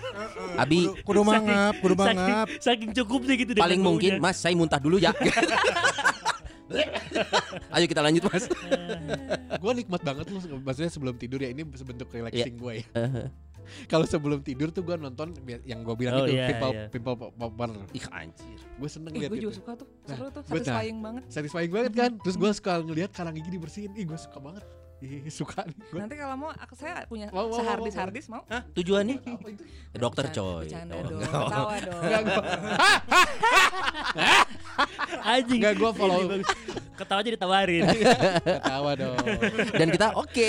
abi Kudu- Kudu mangap, kudu mangap. Saking, saking cukupnya gitu dengan paling mungkin baunya. mas saya muntah dulu ya. Ayo kita lanjut mas. Gue nikmat banget lu maksudnya sebelum tidur ya ini sebentuk Iya. relaxing gue ya. Kalau sebelum tidur tuh gue nonton bi- yang gue bilang Uh-huh. Oh, itu iya, people iya. people popper. Ih anjir. Gue seneng Ih, gitu. liat gue itu. Eh, juga suka Hmm. tuh Nah, seru tuh gue tahu. satisfying banget Satisfying banget kan. Terus gue suka ngelihat karang gigi dibersihin. Ih gue suka banget. Ih suka nih gue. nanti kalau mau aku- saya punya Wow, wow, wow, sehardis wow. hardis mau Hah tujuannya? Apa itu? Dokter Bercanda- coy. bercanda Oh, dong enggak. ketawa dong Enggak gue Anjing. enggak gue follow Ini bagus. Ketawa aja ditawarin. ketawa dong. Dan kita oke.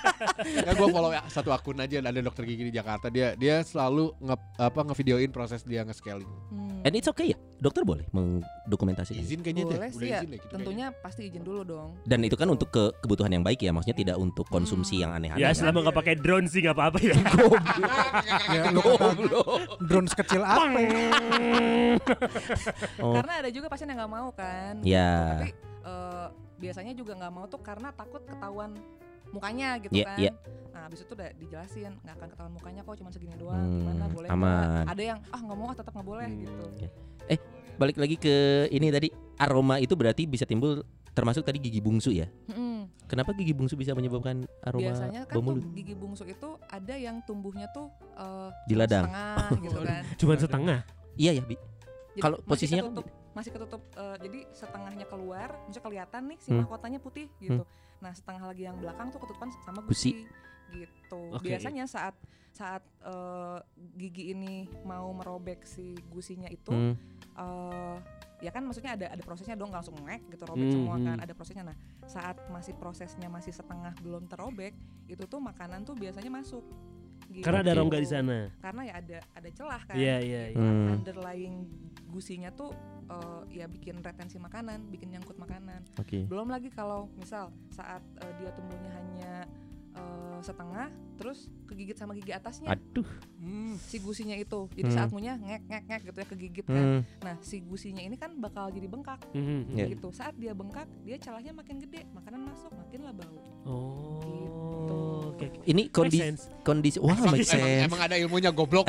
Enggak gue follow ya, satu akun aja ada dokter gigi di Jakarta dia dia selalu nge apa ngevideoin proses dia nge-scaling. Hmm. And it's okay ya. Dokter boleh mendokumentasikan. Izin kayaknya deh. boleh Udah sih ya izin deh gitu tentunya pasti izin dulu dong Dan itu kan untuk ke kebutuhan yang baik ya, maksudnya tidak untuk konsumsi yang aneh-aneh. ya kan? selama nggak pakai drone sih nggak apa-apa ya. Ya, lu kata, drone sekecil apa? Oh. karena ada juga pasien yang nggak mau kan Ya. tapi eh, biasanya juga nggak mau tuh karena takut ketahuan mukanya gitu Iya, kan iya. nah abis itu udah dijelasin nggak akan ketahuan mukanya kok cuma segini doang Hmm, gimana boleh aman. Hmm. nggak? ada yang ah nggak mau ah, tetap nggak boleh gitu Balik lagi ke ini tadi aroma itu berarti bisa timbul termasuk tadi gigi bungsu ya. Mm-mm. Kenapa gigi bungsu bisa menyebabkan aroma biasanya bau kan mulut? tuh gigi bungsu itu ada yang tumbuhnya tuh eh, Di ladang. setengah gitu kan Cuman setengah. Iya ya, Bi. Jadi Kalau masih posisinya kan ketutup, masih ketutup eh, jadi setengahnya keluar maksudnya kelihatan nih si Hmm. mahkotanya putih gitu nah setengah lagi yang belakang tuh ketutupan sama Gusi. gusi, gitu Oke. biasanya saat saat eh, gigi ini mau merobek si gusinya itu Hmm. eh, ya kan maksudnya ada ada prosesnya dong nggak langsung ngek gitu robek Hmm, semua kan hmm. ada prosesnya nah saat masih prosesnya masih setengah belum terobek itu tuh makanan tuh biasanya masuk gitu. Karena ada rongga di sana. karena ya ada ada celah kan Iya iya. iya. Hmm. underlying gusinya tuh eh, ya bikin retensi makanan, bikin nyangkut makanan. Oke. Belum lagi kalau misal saat eh, dia tumbuhnya hanya eh, setengah, terus kegigit sama gigi atasnya hmm, Aduh. si gusinya itu. Jadi Hmm. saat munya ngek ngek ngek gitu ya kegigit kan. Hmm. Nah si gusinya ini kan bakal jadi bengkak Mhm. Iya. gitu. Saat dia bengkak, dia celahnya makin gede, makanan masuk makinlah bau. Oh. Oke. oke. Ini kondisi sense. kondisi wah Emang, make emang, sense. emang ada ilmunya goblok.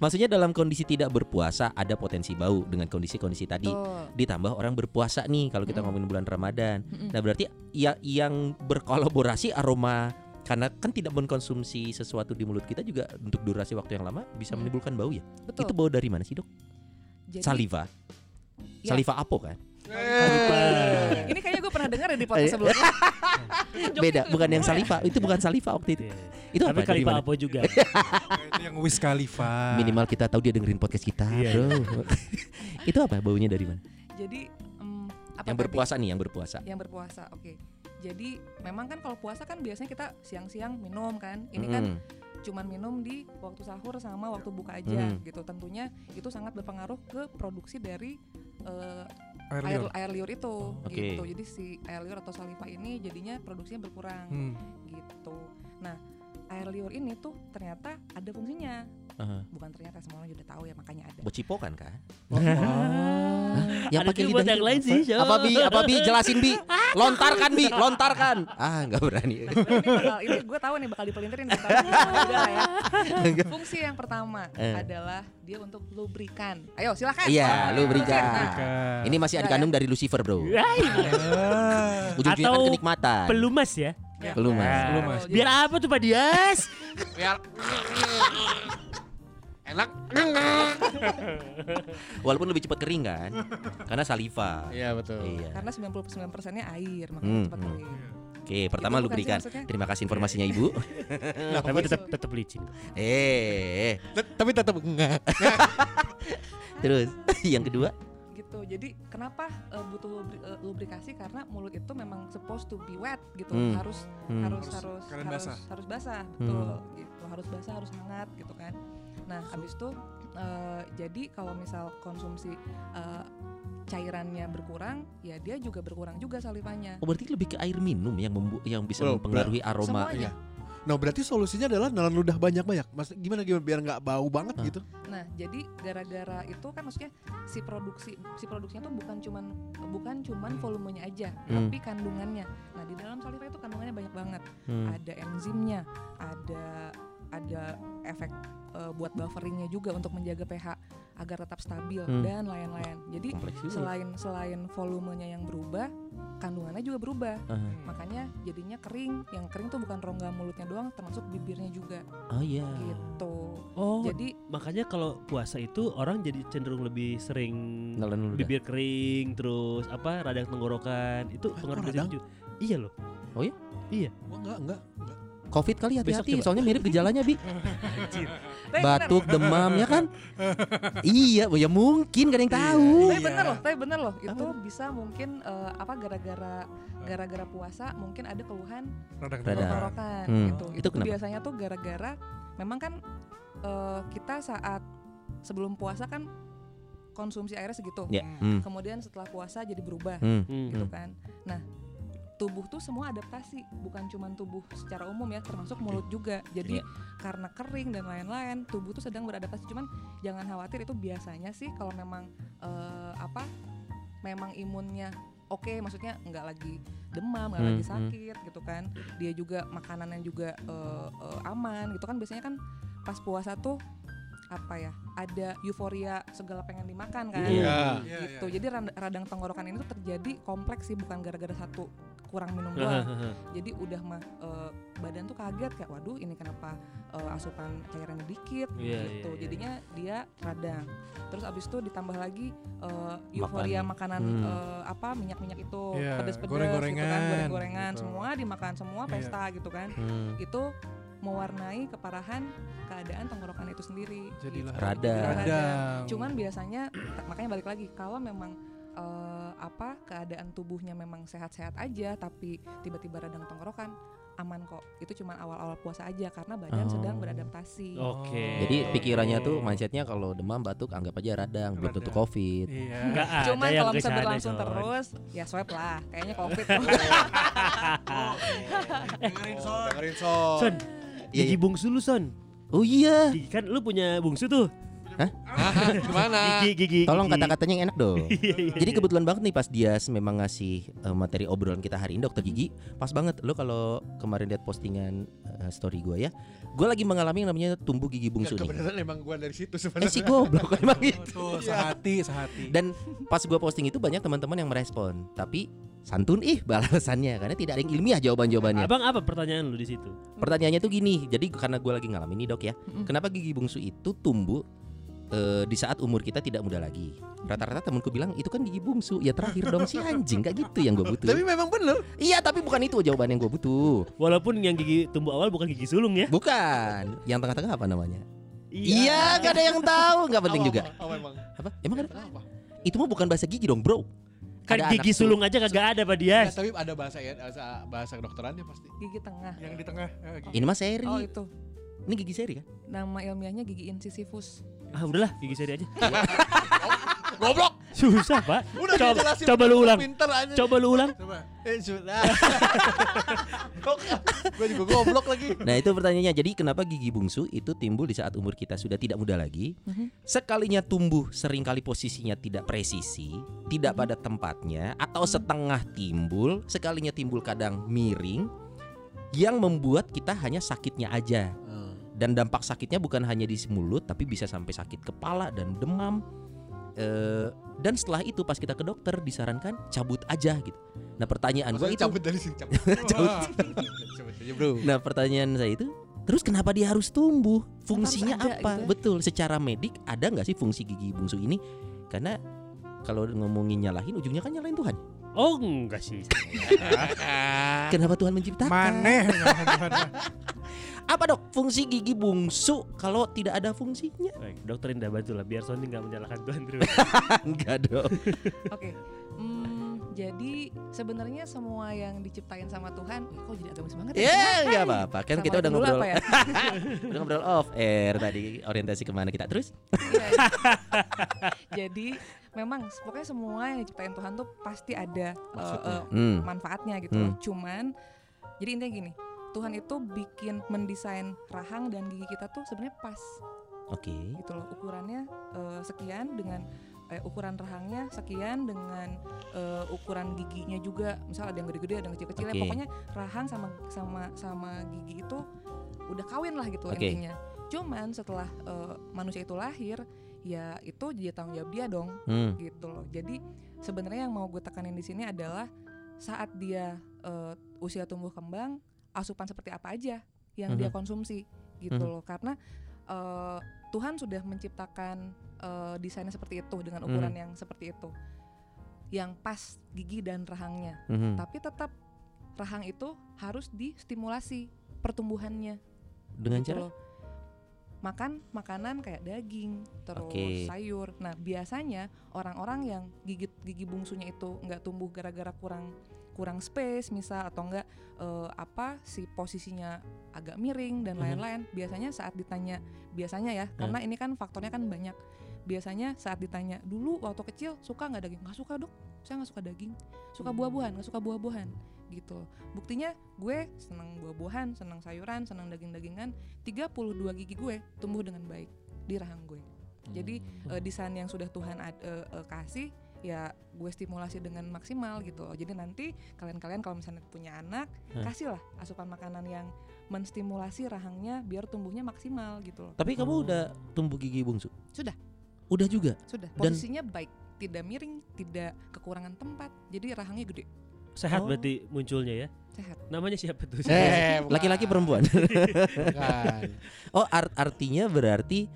Maksudnya dalam kondisi tidak berpuasa ada potensi bau dengan kondisi-kondisi tadi. Tuh. Ditambah orang berpuasa nih kalau kita Mm. ngomongin bulan Ramadan. Mm-mm. Nah berarti ya yang berkolaborasi aroma karena kan tidak mengkonsumsi sesuatu di mulut kita juga untuk durasi waktu yang lama bisa Hmm. menimbulkan bau ya. Betul. Itu bau dari mana sih dok? Jadi- Saliva. Ya. Saliva apo kan? Ini kayaknya gue pernah dengar ya di podcast sebelumnya. Iya. Beda, bukan yang saliva. Itu bukan saliva waktu itu. Iya. Itu apa? Tapi Dari kalipa Gitu. mana? apa juga. Itu yang Wiz Khalifa. Minimal kita tahu dia dengerin podcast kita, Iya. bro. itu apa? Baunya dari mana? Jadi em, apa yang tadi? berpuasa nih, yang berpuasa. yang berpuasa oke jadi memang kan kalau puasa kan biasanya kita siang-siang minum kan ini kan Mm-mm. cuman minum di waktu sahur sama waktu buka aja Hmm. gitu tentunya itu sangat berpengaruh ke produksi dari eh, Air air liur. air liur itu oke. gitu jadi si air liur atau saliva ini jadinya produksinya berkurang Hmm. gitu nah air liur ini tuh ternyata ada fungsinya Aha. bukan ternyata semua orang udah tahu ya makanya ada Buat cipokan kan? Ah, Ya, Ada juga buat yang lain sih. Syok. Apa bi? Apa bi? Jelasin bi. Lontarkan bi. Lontarkan. Ah nggak berani. ini bakal ini gue tahu nih bakal dipelintirin tapi udah lah ya. Fungsi yang pertama Eh. adalah dia untuk lubrikan. Ayo silakan. nah, Iya, lubrikan. Bukan. Ini masih adik Iya, kandung dari Lucifer bro. Hai, Ah. Ujung-ujungnya kan Atau kenikmatan. Pelumas ya. Belum mas. Belum, Mas. Biar Biar apa tuh Pak Dias? Biar enak. Walaupun lebih cepat kering kan, karena saliva. Iya betul. Iya. karena 99 persennya air makanya Hmm, cepat hmm. kering. Oke, pertama Itu bukan sih lubrikan. maksudnya. Terima kasih informasinya ibu. Nah, Tapi tetap tetap licin. Eh, Tet- Tapi tetap enggak. terus yang kedua. Gitu. Jadi kenapa eh, butuh lubri- eh, lubrikasi karena mulut itu memang supposed to be wet gitu. Hmm. Harus Hmm. harus Harus harus keadaan harus basah. harus basah betul gitu harus basah harus hangat gitu kan nah habis itu eh, jadi kalau misal konsumsi eh, cairannya berkurang ya dia juga berkurang juga salivanya Oh, berarti lebih ke air minum yang membu- yang bisa Belum, mempengaruhi aroma. iya. Semuanya. Nah berarti solusinya adalah nalan ludah banyak-banyak. Mas gimana gimana biar nggak bau banget Hah? gitu? Nah, jadi gara-gara itu kan maksudnya si produksi si produksinya tuh bukan cuman bukan cuman volumenya aja, Hmm. tapi kandungannya. Nah, di dalam saliva itu kandungannya banyak banget. Hmm. Ada enzimnya, ada ada efek eh, buat bufferingnya juga untuk menjaga pH agar tetap stabil Hmm. dan lain-lain. Jadi Kompleks juga. selain selain volumenya yang berubah, kandungannya juga berubah. Ah. Makanya jadinya kering. Yang kering tuh bukan rongga mulutnya doang, termasuk bibirnya juga Oh iya. gitu. Oh, Jadi makanya kalau puasa itu orang jadi cenderung lebih sering Nelen ludah. bibir kering, terus apa radang tenggorokan. Itu Ah, pengaruh kok dari radang? situ. Iya loh. Wah enggak enggak. enggak. Covid kali hati-hati, Besok coba. soalnya mirip gejalanya bi. Tapi Batuk, demam ya kan? iya, ya mungkin gak ada yang tahu. Tapi Iya. Eh, bener loh, tapi bener loh. Itu bisa mungkin eh, apa gara-gara gara-gara puasa mungkin ada keluhan Radang. radang tenggorokan. tenggorokan Hmm. gitu. Itu Itu, tuh kenapa? biasanya tuh gara-gara memang kan eh, kita saat sebelum puasa kan konsumsi airnya segitu. Ya. Hmm. Kemudian setelah puasa jadi berubah Hmm. Hmm. gitu kan. Nah, tubuh tuh semua adaptasi, bukan cuman tubuh secara umum ya, termasuk mulut juga. Jadi Iya. karena kering dan lain-lain, tubuh tuh sedang beradaptasi. Cuman jangan khawatir itu biasanya sih kalau memang eh, apa? Memang imunnya oke, maksudnya nggak lagi demam, nggak Hmm, lagi hmm. sakit gitu kan. Dia juga makanannya juga eh, eh, aman gitu kan. Biasanya kan pas puasa tuh apa ya? Ada euforia segala pengen dimakan kan Iya. Iya, gitu. iya. Jadi rand- radang tenggorokan ini tuh terjadi kompleks sih bukan gara-gara satu kurang minum doang. Jadi udah mah eh, badan tuh kaget kayak waduh ini kenapa eh, asupan cairannya dikit Iya, gitu. iya, iya, Jadinya dia radang. Terus abis itu ditambah lagi eh, Makan. euforia makanan Hmm. eh, apa minyak-minyak itu, Iya, pedes-pedes gitu kan, goreng-gorengan, goreng-gorengan gitu. semua dimakan semua Iya. pesta gitu kan. Hmm. Itu mewarnai keparahan keadaan tenggorokan itu sendiri. Jadilah gitu. Radang. radang. Cuman biasanya ta- makanya balik lagi kalau memang eh, apa keadaan tubuhnya memang sehat-sehat aja tapi tiba-tiba radang tenggorokan aman kok. Itu cuman awal-awal puasa aja karena badan Oh. sedang beradaptasi. Oke. Jadi pikirannya tuh mindsetnya kalau demam batuk anggap aja radang, belum tentu Radang. covid. Iya. Nggak ada Iya. Cuman yang kalau bisa kesana, berlangsung Son. terus ya swab lah kayaknya covid. Dengerin son. Dengerin son. Son, Iya, gigi bungsu lu Son. Oh iya. Gigi kan lu punya bungsu tuh. Hah, Gimana? Gigi gigi. Tolong gigi. kata-katanya yang enak dong. Iya, Jadi kebetulan banget nih pas dia memang ngasih eh, materi obrolan kita hari ini dokter gigi, pas banget lo kalau kemarin lihat postingan eh, story gue ya, gue lagi mengalami yang namanya tumbuh gigi Nggak, bungsu nih. Kebenaran emang gua dari situ Eh sebenarnya. si goblok emang gitu. Tuh, sehati, sehati. Dan pas gue posting itu banyak teman-teman yang merespon, tapi santun ih balasannya karena tidak ada yang ilmiah jawaban-jawabannya. Abang apa pertanyaan lu di situ? Pertanyaannya tuh gini, jadi karena gue lagi ngalamin nih dok ya, Mm-mm. kenapa gigi bungsu itu tumbuh eh, di saat umur kita tidak muda lagi? Rata-rata temenku bilang itu kan gigi bungsu, ya terakhir dong si anjing, gak gitu yang gue Tapi butuh. memang bener. Iya tapi bukan itu jawaban yang gue butuh, Walaupun yang gigi tumbuh awal bukan gigi sulung ya. bukan. Yang tengah-tengah apa namanya? Iya, gak ada yang tahu, nggak penting Awal juga. emang, awal emang. Apa? Emang ada? Apa? Itu mah bukan bahasa gigi dong bro. Kan Ada gigi anak tuh. sulung aja kagak ada Pak Dias. Nah, tapi ada bahasa ya, bahasa bahasa kedokterannya pasti. Gigi tengah. yang Iya. di tengah. eh, gini. Ini mah seri, Oh itu ini gigi seri kan? nama ilmiahnya gigi incisivus. Ah udahlah gigi seri aja. Goblok. Susah Pak. Udah coba, dijelasin coba lu ulang. Pinter aja. Coba lu ulang. Coba. Eh sudah. Gue juga goblok lagi. Nah itu pertanyaannya Jadi kenapa gigi bungsu itu timbul di saat umur kita sudah tidak muda lagi Mhm. Sekalinya tumbuh seringkali posisinya tidak presisi Tidak Mhm. pada tempatnya Atau setengah timbul Sekalinya timbul kadang miring Yang membuat kita hanya sakitnya aja Dan dampak sakitnya bukan hanya di mulut Tapi bisa sampai sakit kepala dan demam Eh, Dan setelah itu pas kita ke dokter disarankan cabut aja gitu Nah pertanyaan gue Maksudnya itu cabut dari sini cabut. Wah, Cabut aja bro. Nah pertanyaan saya itu Terus kenapa dia harus tumbuh? Fungsinya Kenapa harus ada apa? gitu ya? Betul, secara medik ada nggak sih fungsi gigi bungsu ini? Karena kalau ngomongin nyalahin ujungnya kan nyalahin Tuhan. Oh enggak sih. Kenapa Tuhan menciptakan? Maneh. Apa dok fungsi gigi bungsu kalau tidak ada fungsinya? Baik, dokter Indah bantulah biar Sony nggak menyalahkan Tuhan terus. Enggak dong. Oke. Hmm, jadi sebenarnya semua yang diciptain sama Tuhan, kok jadi agamis banget Ya nggak Hai. apa-apa. Kan Sama kita udah dulu ngobrol, apa ya? udah ngobrol off air tadi orientasi kemana kita terus? Iya. Jadi memang pokoknya semua yang diciptain Tuhan tuh pasti ada uh, Maksudnya? uh, Hmm. manfaatnya gitu. Hmm. Cuman jadi intinya gini, Tuhan itu bikin mendesain rahang dan gigi kita tuh sebenarnya pas Oke. gitu loh ukurannya eh, sekian dengan eh, ukuran rahangnya sekian dengan eh, ukuran giginya juga misal ada yang gede-gede ada yang kecil-kecil ya Oke. pokoknya rahang sama sama sama gigi itu udah kawin lah gitu Oke. intinya cuman setelah eh, manusia itu lahir ya itu jadi tanggung jawab dia dong Hmm. gitu loh. Jadi sebenarnya yang mau gue tekanin di sini adalah saat dia eh, usia tumbuh kembang, asupan seperti apa aja yang dia konsumsi gitu Mhm. loh. Karena eh, Tuhan sudah menciptakan eh, desainnya seperti itu dengan Mhm. ukuran yang seperti itu, yang pas gigi dan rahangnya. Mhm. Tapi tetap rahang itu harus distimulasi pertumbuhannya Dengan gitu cara loh. makan makanan kayak daging terus Oke. sayur nah biasanya orang-orang yang gigit gigi bungsunya itu nggak tumbuh gara-gara kurang kurang space misal atau enggak apa si posisinya agak miring Mhm. dan Nah. lain-lain biasanya saat ditanya biasanya ya karena ini kan faktornya kan banyak biasanya saat ditanya dulu waktu kecil suka nggak daging nggak suka dok saya nggak suka daging suka buah-buahan nggak suka buah-buahan gitu buktinya gue seneng buah-buahan seneng sayuran seneng daging-dagingan 32 gigi gue tumbuh dengan baik di rahang gue Hmm. jadi eh, desain yang sudah Tuhan ad- eh, eh, kasih ya gue stimulasi dengan maksimal gitu loh jadi nanti kalian-kalian kalau misalnya punya anak Hah. kasihlah asupan makanan yang menstimulasi rahangnya biar tumbuhnya maksimal gitu loh Tapi kamu udah tumbuh gigi bungsu? Sudah. Udah juga. sudah Dan- posisinya baik tidak miring tidak kekurangan tempat jadi rahangnya gede Sehat Oh. berarti munculnya ya. sehat Namanya siapa tuh? Iya, Eh, bukan. Laki-laki perempuan. Bukan. Oh, ar- artinya berarti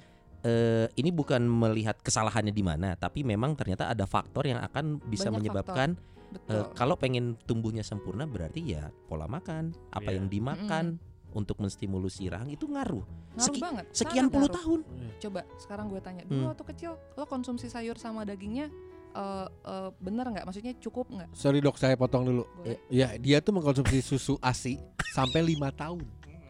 eh, ini bukan melihat kesalahannya di mana, tapi memang ternyata ada faktor yang akan bisa Banyak menyebabkan eh, betul kalau pengen tumbuhnya sempurna berarti ya pola makan, apa Iya. yang dimakan untuk menstimulusi rahang itu ngaruh. ngaruh seki- banget Sekian sangat puluh ngaruh. tahun. coba sekarang gue tanya dulu Hmm. waktu kecil lo konsumsi sayur sama dagingnya eh, eh, bener nggak maksudnya cukup nggak Sorry dok, saya potong dulu. Boleh. Ya, dia tuh mengkonsumsi susu ASI sampai 5 tahun.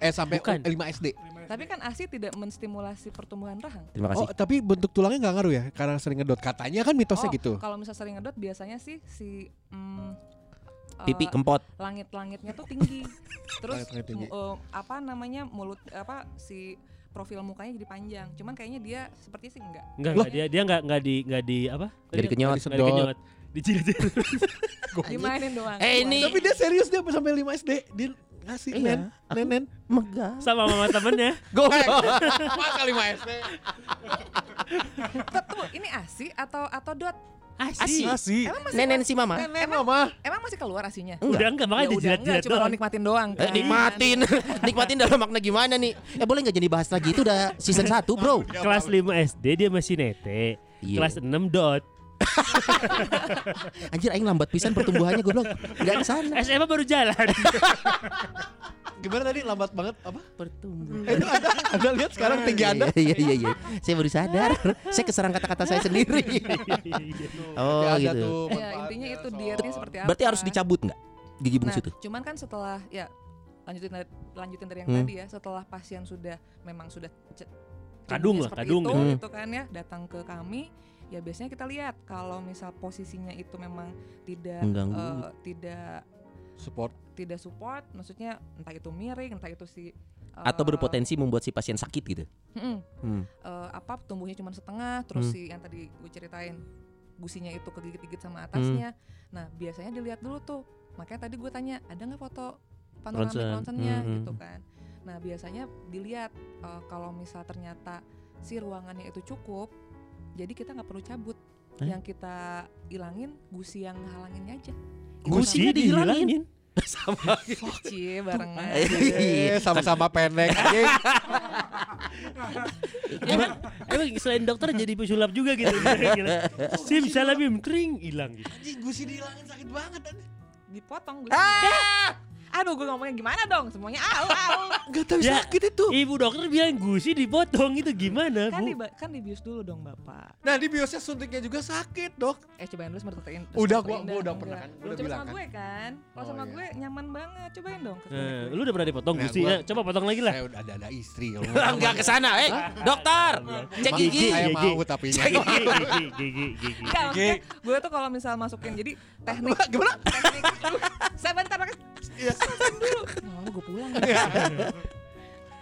Eh sampai Bukan. 5 SD. tapi kan asi tidak menstimulasi pertumbuhan rahang Terima kasih. Oh, tapi bentuk tulangnya nggak ngaruh ya? Karena sering ngedot. Katanya kan mitosnya Oh, gitu. kalau misal sering ngedot biasanya sih si mm, eh, Pipi kempot. langit-langitnya tuh tinggi terus Langit-langit tinggi. mu- eh, apa namanya mulut apa si profil mukanya jadi panjang cuman kayaknya dia sepertinya sih enggak Enggak, Loh. enggak dia dia enggak enggak di enggak di apa? Jadi kenyot. Enggak dikenyot. Dijilat-jilat. dimainin doang Eh, ini- Tapi dia serius dia sampai 5 SD. Dia ngasih Iya, nen, aku- nenen. Megah. sama mama temennya. Masa 5 SD? Tuh, tuh, ini asi atau atau dot Asi. Asih. emang masih Nenen si mama. Eh, Nenen mama. emang masih keluar asinya Udah enggak makanya Ya udah enggak, dijilat-jilat cuma lo doang. nikmatin doang Eh, kan. nikmatin. nikmatin dalam makna gimana nih? Eh boleh nggak jadi bahas lagi itu udah season 1, Bro. Kelas 5 SD dia masih nete. Iya. Kelas 6 dot. Anjir aing lambat pisan pertumbuhannya goblok. Enggak ke sana. SMA baru jalan. Gimana tadi lambat banget apa? Pertumbuhan. Eh, itu ada, ada lihat sekarang tinggi Anda. Iya iya iya. Saya baru sadar. Saya keserang kata-kata saya sendiri. Oh Ya, ada gitu. tuh Ya, manfaatnya, intinya itu Sob. dietnya seperti apa. Berarti harus dicabut nggak gigi Nah, bungsu tuh? cuman kan setelah ya lanjutin dari, lanjutin dari yang Hmm. tadi ya, setelah pasien sudah memang sudah ce- Kadung cenderungnya lah, seperti kadung itu, ya. gitu kan ya, datang ke kami ya biasanya kita lihat kalau misal posisinya itu memang tidak Mengganggu. eh, tidak Support. tidak support, maksudnya entah itu miring, entah itu si eh, Atau berpotensi membuat si pasien sakit gitu. Mm-mm. Hmm. eh, apa tumbuhnya cuma setengah Hmm. terus si yang tadi gue ceritain gusinya itu kegigit-gigit Hmm. sama atasnya nah biasanya dilihat dulu tuh makanya tadi gue tanya ada nggak foto panoramik Ronsen. ronsennya Mhm. gitu kan nah biasanya dilihat eh, kalau misal ternyata si ruangannya itu cukup jadi kita nggak perlu cabut Hah? yang kita ilangin gusi yang halanginnya aja Gusinya dihilangin. Sama. Cie barengan Eh, sama-sama pendek. anjing. Emang, emang selain dokter jadi pesulap juga gitu. Gila. Sim salamim kering hilang gitu. Anjing gusi dihilangin sakit banget. anjing. dipotong gusinya. Ah! Aduh gue ngomongnya gimana dong semuanya au au Gak tahu Ya. sakit itu. Ibu dokter bilang gusi dipotong itu gimana, kan Bu? di kan dibius dulu dong bapak Nah di biosnya suntiknya juga sakit dok. Eh cobain dulu sama protein. Udah, gua- gua udah pernah kan, gua Lu udah coba bilang sama kan. gue kan. Kalau Oh, sama iya. gue nyaman banget. Cobain dong ke klinik Eh, gue. lu udah pernah dipotong Nah, gusi? gua- Nah, coba potong lagi lah. Saya Eh, udah ada, ada istri. loh. Enggak ke sana, eh. Dokter, cek Emang gigi. Saya Gigi. mau tapi Gigi, gigi, gigi, gigi. Ya, Enggak, maksudnya gue tuh kalau misal masukin jadi teknik Ah, Gimana? Iya. teknik sebentar Pak. mau gue pulang ya.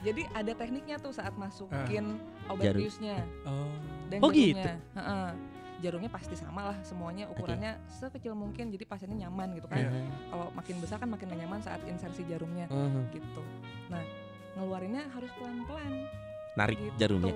jadi ada tekniknya tuh saat masukin Ah. obat Jarum. biusnya Oh. dan Oh, gitu. jarumnya Heeh. jarumnya pasti sama lah semuanya ukurannya sekecil mungkin jadi pasiennya Iya. nyaman gitu Iya. kan kalau makin besar kan makin gak nyaman saat insersi jarumnya Uh-huh. gitu nah ngeluarinnya harus pelan pelan Narik gitu jarumnya.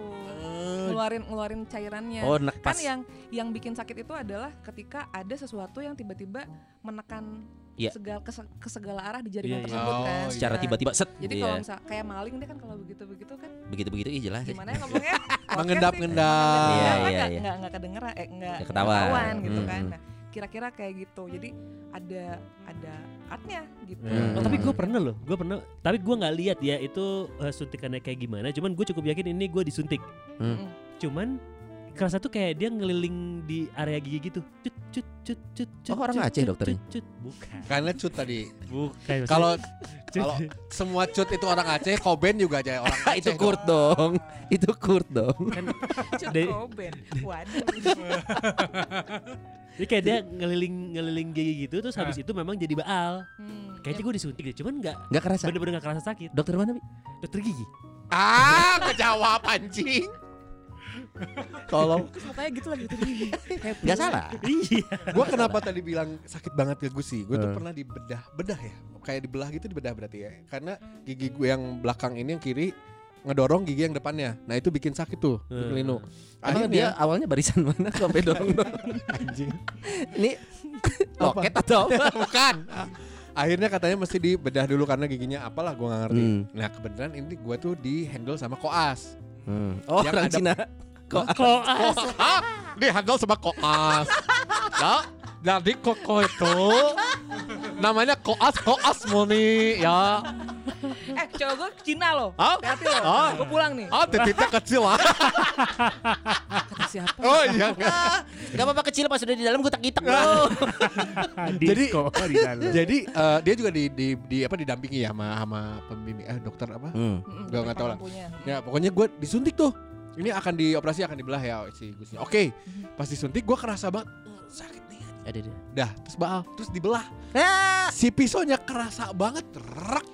ngeluarin ngeluarin cairannya Oh, nak kan pas. yang yang bikin sakit itu adalah ketika ada sesuatu yang tiba-tiba menekan Iya. segala ke, se- ke segala arah di Iya, jaringan iya. tersebut Oh, kan. iya. Secara Nah, tiba-tiba set. Jadi Iya. kalau misal kayak maling deh kan kalau begitu-begitu kan begitu-begitu ih jelas. gimana ya ngomongnya? Podcast sih. Iya, Mengendap-ngendap. Mengendap kan iya, nggak- iya. nggak- nggak kedengeran eh nggak Ya, ketahuan. ketahuan gitu Hmm, kan. hmm. Nah, kira-kira kayak gitu. Jadi ada ada artnya gitu. Hmm. Oh, tapi gue pernah loh, gue pernah. Tapi gue nggak lihat ya itu eh, suntikannya kayak gimana. Cuman gue cukup yakin ini gue disuntik. Mm-mm. Cuman kerasa tuh kayak dia ngeliling di area gigi gitu. Cut cut cut cut. cut, Oh, orang cut, Aceh cut, dokternya? cut, cut. Bukan. Karena cut tadi. Bukan. maksudnya Kalau cut. kalau semua cut itu orang Aceh, Koben juga aja orang Ah, Aceh. itu dong. Kurt dong. Itu Kurt dong. Dari- Cokoben. Waduh. Jadi kayak dia ngeliling ngeliling gigi gitu terus habis itu memang jadi baal. Hmm, Kayaknya gue disuntik deh, cuman nggak Enggak kerasa. bener-bener nggak kerasa sakit. Dokter mana, Bi? Dokter gigi. Ah, kejawab anjing. Tolong. ya, mukanya gitu lagi gitu. Happy. Enggak salah. Iya. Gue kenapa tadi bilang sakit banget ke gusi? Gue tuh Eh. pernah dibedah, bedah ya. Kayak dibelah gitu dibedah berarti ya. Karena gigi gue yang belakang ini yang kiri ngedorong gigi yang depannya. Nah itu bikin sakit tuh, Eh. Lino. Emang dia Akhirnya awalnya barisan mana sampai dorong anjing. Ini loket atau apa? Bukan. Ah, Akhirnya katanya mesti dibedah dulu karena giginya apalah gue gak ngerti. Hmm. Nah kebenaran ini gue tuh di handle sama koas. Oh, Yang orang ada- Cina. Koas? Di handle sama koas. Nah, jadi koko itu namanya koas koas moni ya. Eh, cowok gue Cina loh. Oh, Hati loh. Oh. Gue pulang nih. oh titiknya kecil lah. Kata siapa? Oh iya. Gak apa-apa kecil pas udah di dalam gue tak gitek Oh. Jadi- Ah, Disco di dalam. Jadi eh, dia juga di, di, di apa didampingi ya sama sama pembimbing eh dokter apa? Hmm. Mm-mm, Gua nggak tahu lah. pampunya. Ya pokoknya gue disuntik tuh. Ini akan dioperasi akan dibelah ya si Gusnya. Oke, pas disuntik gue kerasa banget "Eh, sakit nih. Ada dia. Dah, terus baal, terus dibelah. Si pisaunya kerasa banget, rak.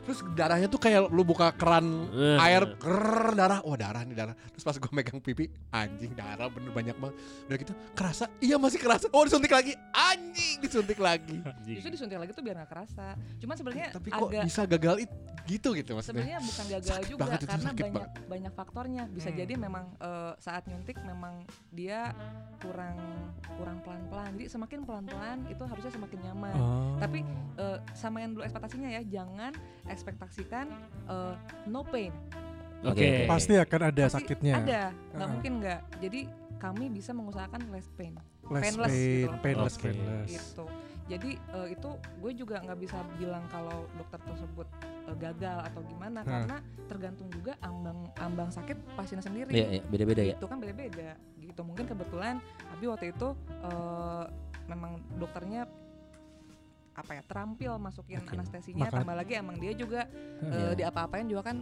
Terus darahnya tuh kayak lu buka keran Eh. air, krrrr, darah. Wah darah nih darah. Terus pas gue megang pipi, anjing darah bener banyak banget. Udah gitu, kerasa, iya masih kerasa. Oh disuntik lagi, anjing disuntik lagi. Justru disuntik lagi tuh biar nggak kerasa. Cuman sebenarnya Tapi kok agak bisa gagal itu gitu gitu maksudnya? sebenarnya bukan gagal Sakit juga banget itu, karena sakit banyak banget. banyak faktornya. Bisa Hmm. jadi memang eh, saat nyuntik memang dia kurang kurang pelan-pelan. Jadi semakin pelan-pelan itu harusnya semakin nyaman. Oh. Oh. Tapi eh, samain dulu ekspektasinya ya, jangan ekspektasikan eh, no pain. Oke. Oke. pasti akan ada Pasti sakitnya. Ada, nggak Heeh. mungkin nggak. Jadi kami bisa mengusahakan less pain. Less painless pain, gitu. painless, Oke. painless. gitu jadi eh, itu gue juga nggak bisa bilang kalau dokter tersebut eh, gagal atau gimana Hmm. karena tergantung juga ambang ambang sakit pasien sendiri Iya, iya, beda-beda ya. itu kan beda-beda gitu mungkin kebetulan Abi waktu itu eh, memang dokternya apa ya terampil masukin Makin- anestesinya makanya- tambah lagi emang dia juga Iya. eh, diapa-apain juga kan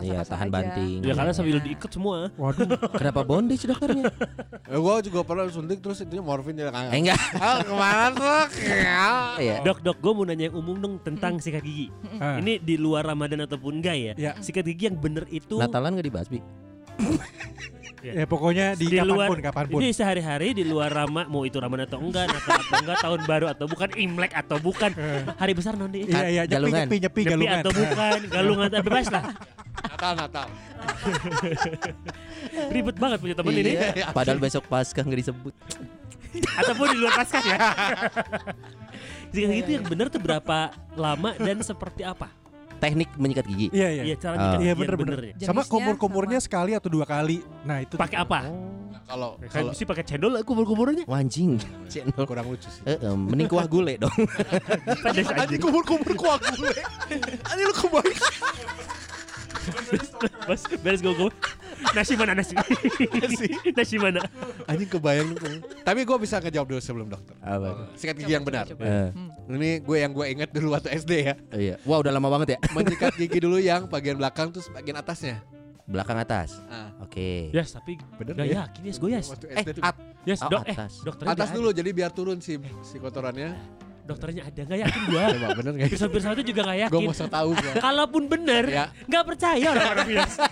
Iya, pasar-pasar tahan aja. banting. Ya karena sambil Iya. diikat semua. Waduh, Kenapa bondage dokternya? Eh, gue juga pernah suntik terus intinya morfin Eh, tidak kangen. enggak. Ah kemana tuh? Ya. Iya. Dok, dok, gue mau nanya yang umum dong tentang sikat gigi. Ah. Ini di luar Ramadan ataupun enggak ya? Ya. Sikat gigi yang bener itu Natalan gak dibahas, Bi? ya pokoknya di, Di luar- kapanpun, kapanpun. Ini sehari-hari di luar Rama, mau itu Ramadan atau enggak, Natal atau enggak, tahun baru atau bukan, Imlek atau bukan, Eh. hari besar nanti. Iya, iya, nyepi, Galungan. nyepi, nyepi, kan Nyepi galungan. atau bukan, galungan atau bebas lah. Natal Natal. Ribet banget punya temen ini. Iya. Padahal besok Paskah nggak disebut. Ataupun di luar pasca ya. Jika Iya, gitu iya, yang benar tuh berapa lama dan seperti apa? Teknik menyikat gigi. Iya, iya. Iya, cara Ah. nyikat Iya, gigi yang bener-bener. benernya. Sama Jenisnya kumur-kumurnya sekali atau dua kali. Nah, itu ya. Pakai apa? Kalau Kan kalau mesti pakai cendol lah kubur-kuburnya. Wah, anjing. Channel. kurang lucu Iya, sih. Eh, eh, mending kuah gulai dong. Pedes aja. Anjing kubur-kubur kuah gue. Anjing lu kebaik. Bas, beres gue Nasi mana nasi? nasi mana? Anjing kebayang lu. Kung. Tapi gue bisa ngejawab dulu sebelum dokter. Apa tuh? Sikat gigi yang benar. Coba, coba, Eh, Hmm. Ini gue yang gue inget dulu waktu SD ya. iya. Wah, udah lama banget ya. Menyikat gigi dulu yang bagian belakang terus bagian atasnya. Belakang atas. Ah. Oke. Yes, tapi Bener gak ya? yakin yes, gue yes. Waktu Eh, SD tuh. at- Yes, Oh, dok, eh, atas. dokternya Atas nggak dulu jadi biar turun si si kotorannya. dokternya ada nggak yakin gua Coba bener nggak? pirsa-pirsa itu juga nggak Gue yakin mau tahu gua. kalaupun bener Iya. Ya. nggak percaya orang-orang biasa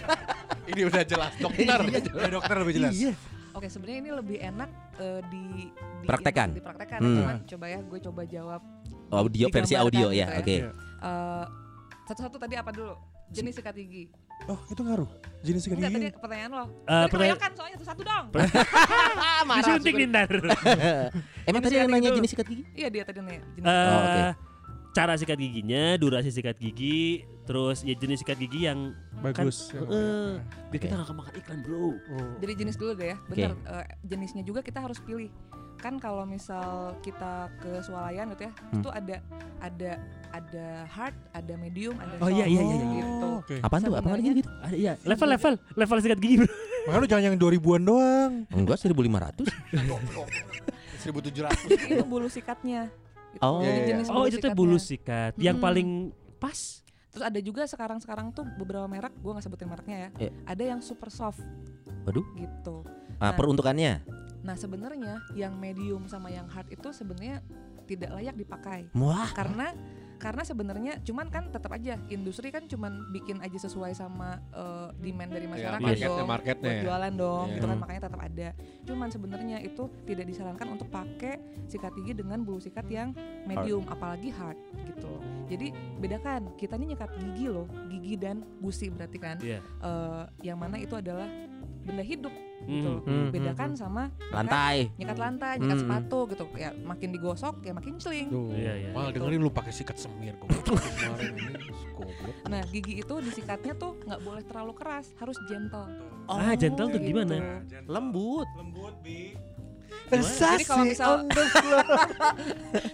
Ini udah jelas dokter. Ya, dokter lebih jelas. Iya. Oke, sebenarnya ini lebih enak eh, di, di Praktekan. dipraktekan. Hmm. Cuman coba ya, gue coba jawab Audio versi Digambarkan audio gitu ya, ya. oke. Iya. eh, satu-satu tadi apa dulu? Jenis sikat gigi. Oh, itu ngaruh. Jenis ikan Enggak tadi gigi. pertanyaan lo. Eh, tadi pertanyaan- kebanyakan soalnya satu-satu dong. disuntik nih ntar Emang Jenis tadi yang sikat nanya gigi. jenis sikat gigi? Iya dia tadi nanya. Jenis. Eh, Oh, oke. cara sikat giginya durasi sikat gigi terus ya jenis sikat gigi yang Bagus. kan, Ya, eh, biar Oke. kita nggak kemakan iklan bro Dari jenis dulu deh ya. Benar eh, jenisnya juga kita harus pilih. Kan kalau misal kita ke swalayan gitu ya, Hmm. itu ada ada ada hard, ada medium, ada Oh, iya, soft iya, iya, iya. gitu. Oke. Apaan tuh? Apaan lagi Sebenarnya- gitu? ada ya level level level sikat gigi bro Makanya lu jangan yang 2000-an doang. Enggak 1500. 1700. Jadi itu bulu sikatnya. Gitu. Oh. Jadi Iya, iya, jenis oh itu tuh sikatnya. bulu sikat yang Hmm. Mm-mm. paling pas Terus ada juga sekarang-sekarang tuh beberapa merek, gua nggak sebutin mereknya ya. Iya. Ada yang super soft Waduh. gitu. Ah, peruntukannya. Nah sebenarnya yang medium sama yang hard itu sebenarnya tidak layak dipakai Wah. karena karena sebenarnya cuman kan tetap aja industri kan cuman bikin aja sesuai sama eh, demand Iya, dari Ya, masyarakat marketnya, dong marketnya buat ya. jualan dong Iya. gitu kan makanya tetap ada cuman sebenarnya itu tidak disarankan untuk pakai sikat gigi dengan bulu sikat yang medium apalagi hard gitu loh jadi bedakan kita ini nyekat gigi loh gigi dan gusi berarti kan Iya. Eh, yang mana itu adalah benda hidup gitu Mm. loh. Hmm, hmm, bedakan sama nyekat- Lantai. nyekat lantai nyekat Hmm. sepatu gitu ya makin digosok ya makin celing Tuh. Iya, iya. Gitu. Mal dengerin lu pakai sikat semir gua. Kemarin ini goblok. Nah gigi itu disikatnya tuh nggak boleh terlalu keras, harus gentle. ah jantel tuh gimana Lembut. Lembut, Bi. Jadi kalau misal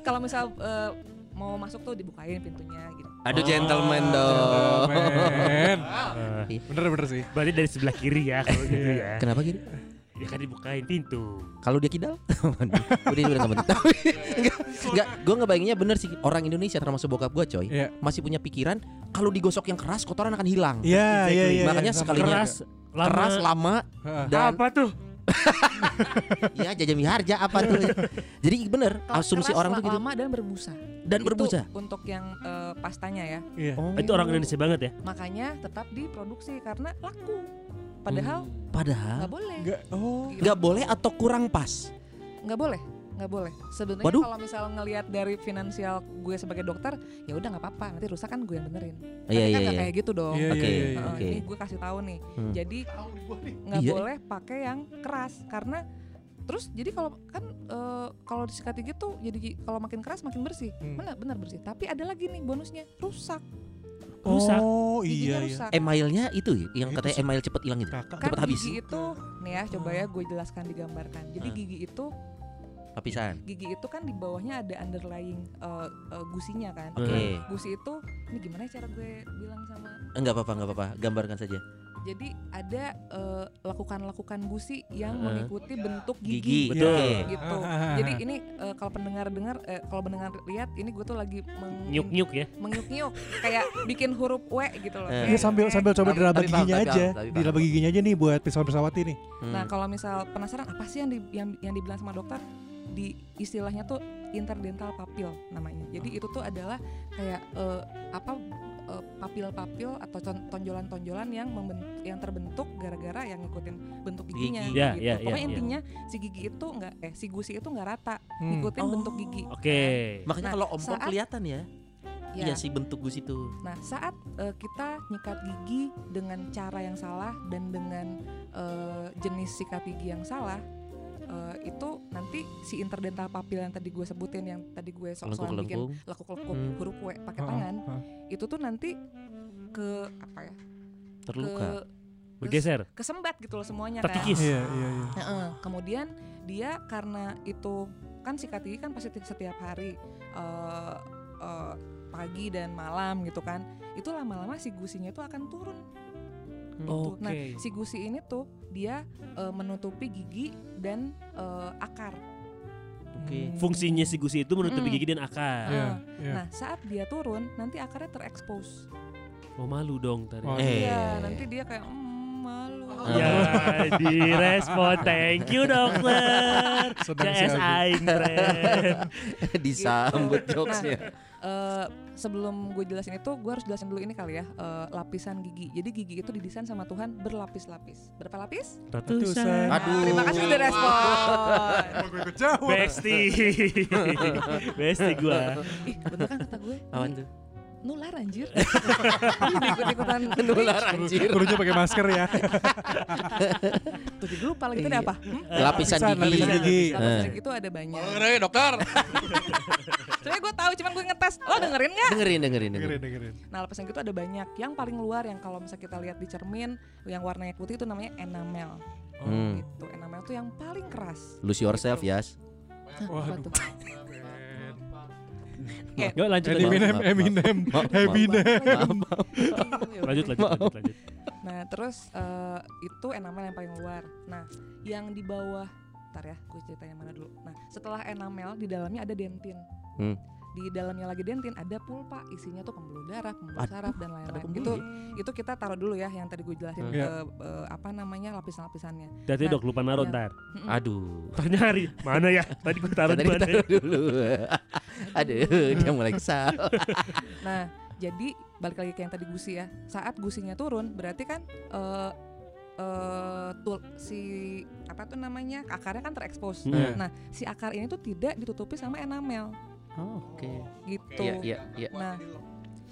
kalau misal eh, mau masuk tuh dibukain pintunya gitu. Aduh gentleman dong. Men. Iya. Bener-bener sih. berarti dari sebelah kiri ya kalau gitu ya Kenapa gini? ya kan dibukain pintu Kalau dia kidal, udah udah nggak penting. Tapi enggak, enggak, gue ngebayanginnya bener sih orang Indonesia termasuk bokap gue coy Iya. masih punya pikiran kalau digosok yang keras kotoran akan hilang. Iya, Exactly. iya, iya. Makanya iya. sekalinya keras lama keras lama Heeh. dan apa tuh ya jajami harja apa tuh. Jadi bener asumsi Keras, orang tuh gitu lama dan berbusa. dan Itu berbusa. Untuk yang eh, pastanya ya. Iya. Oh. itu orang Indonesia banget ya Makanya tetap diproduksi karena laku. Padahal Padahal nggak boleh. Enggak. Oh. Gitu. nggak boleh atau kurang pas. nggak boleh nggak boleh sebenarnya Waduh. kalau misal ngelihat dari finansial gue sebagai dokter ya udah nggak apa-apa nanti rusak kan gue yang benerin Tapi Iya, kan iya, nggak iya. kayak gitu dong Iya, Oke, iya, iya, Heeh, iya. oke. ini gue kasih tahu nih Hmm. jadi nggak Iya. boleh pakai yang keras karena terus jadi kalau kan eh, kalau disikat gigi tuh jadi kalau makin keras makin bersih Hmm. benar benar bersih tapi ada lagi nih bonusnya rusak Rusak. Oh, giginya iya, iya. rusak Emailnya Eh, itu yang Itu katanya sih. email cepet hilang gitu. Kakak. kan Cepet habis. gigi itu nih ya coba ya gue jelaskan digambarkan jadi Hmm. Ah. gigi itu Papisan. gigi itu kan di bawahnya ada underlying eh, eh, gusinya kan Hmm. Oke. gusi itu ini gimana ya cara gue bilang sama Enggak apa-apa, enggak apa-apa. Gambarkan saja. jadi ada eh, lakukan-lakukan gusi yang Heeh. mengikuti bentuk Gigi. gigi, Betul. Iya. gitu Ah. jadi ini eh, kalau pendengar dengar eh, kalau pendengar lihat ini gue tuh lagi meng- nyuk nyuk ya mengyuk-nyuk kayak bikin huruf w gitu loh Eh. Iya sambil sambil coba Tapi- diraba tapi paham, giginya tapi aja. paham, tapi paham. Diraba giginya aja nih buat pisau pesawati nih. Hmm. nah kalau misal penasaran apa sih yang di- yang, yang dibilang sama dokter di istilahnya tuh interdental papil namanya jadi itu tuh adalah kayak eh, apa eh, papil-papil atau ton- tonjolan-tonjolan yang memben- yang terbentuk gara-gara yang ngikutin bentuk giginya Gigi. gitu. Ya, ya, ya, Pokoknya ya. intinya si gigi itu enggak eh si gusi itu enggak rata, Hmm. ngikutin Oh. bentuk gigi. oke Makanya Nah, kalau om kok saat- kelihatan ya. Ya. Iya sih bentuk gus itu. Nah, saat eh, kita nyikat gigi dengan cara yang salah dan dengan eh, jenis sikat gigi yang salah eh, itu nanti si interdental papil yang tadi gue sebutin yang tadi gue sok-sokan bikin Lengkung-lengkung. lekuk-lekuk Hmm. huruf W pakai Heeh, tangan heeh. itu tuh nanti ke apa ya Terluka. ke bergeser kesembat gitu loh semuanya kan terkikis Iya, iya, iya. Heeh. kemudian dia karena itu kan sikat gigi kan pasti ti- setiap hari eh, eh, pagi dan malam gitu kan itu lama-lama si gusinya itu akan turun gitu. Nah, Oke. si gusi ini tuh dia eh, menutupi gigi dan eh, akar. Oke. fungsinya si gusi itu menutupi Mm. gigi dan akar Iya, Ah. iya. Nah, saat dia turun, nanti akarnya terekspos. Oh malu dong tadi. Oh, Eh. Iya, nanti dia kayak "Mm," Ya, direspon. Thank you dokter. Senang CS sekali. Aing friend. Disambut Gitu. jokesnya. Eh, sebelum gue jelasin itu, gue harus jelasin dulu ini kali ya eh, lapisan gigi. Jadi gigi itu didesain sama Tuhan berlapis-lapis. Berapa lapis? Ratusan. Nah, Aduh. terima kasih udah respon. Besti. Besti gua. Ih, bener kan kata gue? Awan tuh. Nular anjir. Ikut-ikutan Nular anjir. Kurunya pakai masker ya. Tuh jadi lupa lagi tadi apa? Hmm? Lapisan Eh, Lapisan, gigi. lapisan gigi. Lapisan gigi itu ada banyak. Dengerin dokter. Sebenernya gue tahu, cuman gue ngetes. Lo dengerin nggak? Dengerin, dengerin, dengerin. dengerin, dengerin. Nah lapisan gitu ada banyak. Yang paling luar yang kalau misalnya kita lihat di cermin, yang warnanya putih itu namanya enamel. Hmm. Gitu. Enamel tuh yang paling keras. Lose yourself, Yas. Hah, apa Waduh. tuh? Yuk lanjut lanjut. Eminem, Maaf, maaf, Eminem, maaf, maaf. Eminem. Lanjut lanjut lanjut. lanjut. Nah terus eh, itu enamel yang paling luar. Nah yang di bawah, ntar ya, gue ceritanya mana dulu. Nah setelah enamel di dalamnya ada dentin. Hmm. Di dalamnya lagi dentin ada pulpa, isinya tuh pembuluh darah, pembuluh Aduh, saraf dan ada lain-lain. pembuluh ya? Hmm. Itu itu kita taruh dulu ya yang tadi gue jelasin Iya. eh, eh, apa namanya lapisan-lapisannya. Tadi dok lupa naruh Iya. ntar. Mm-mm. Aduh. Ntar nyari. Mana ya? Tadi gua taruh di Tadi kita ya? mana? taruh dulu. Aduh, dia mulai kesal. Nah, jadi balik lagi ke yang tadi gusi ya. Saat gusinya turun, berarti kan eh eh, tul si apa tuh namanya akarnya kan terekspos. Iya. Nah, si akar ini tuh tidak ditutupi sama enamel Oh, Oke. gitu. Iya, iya, iya. Nah,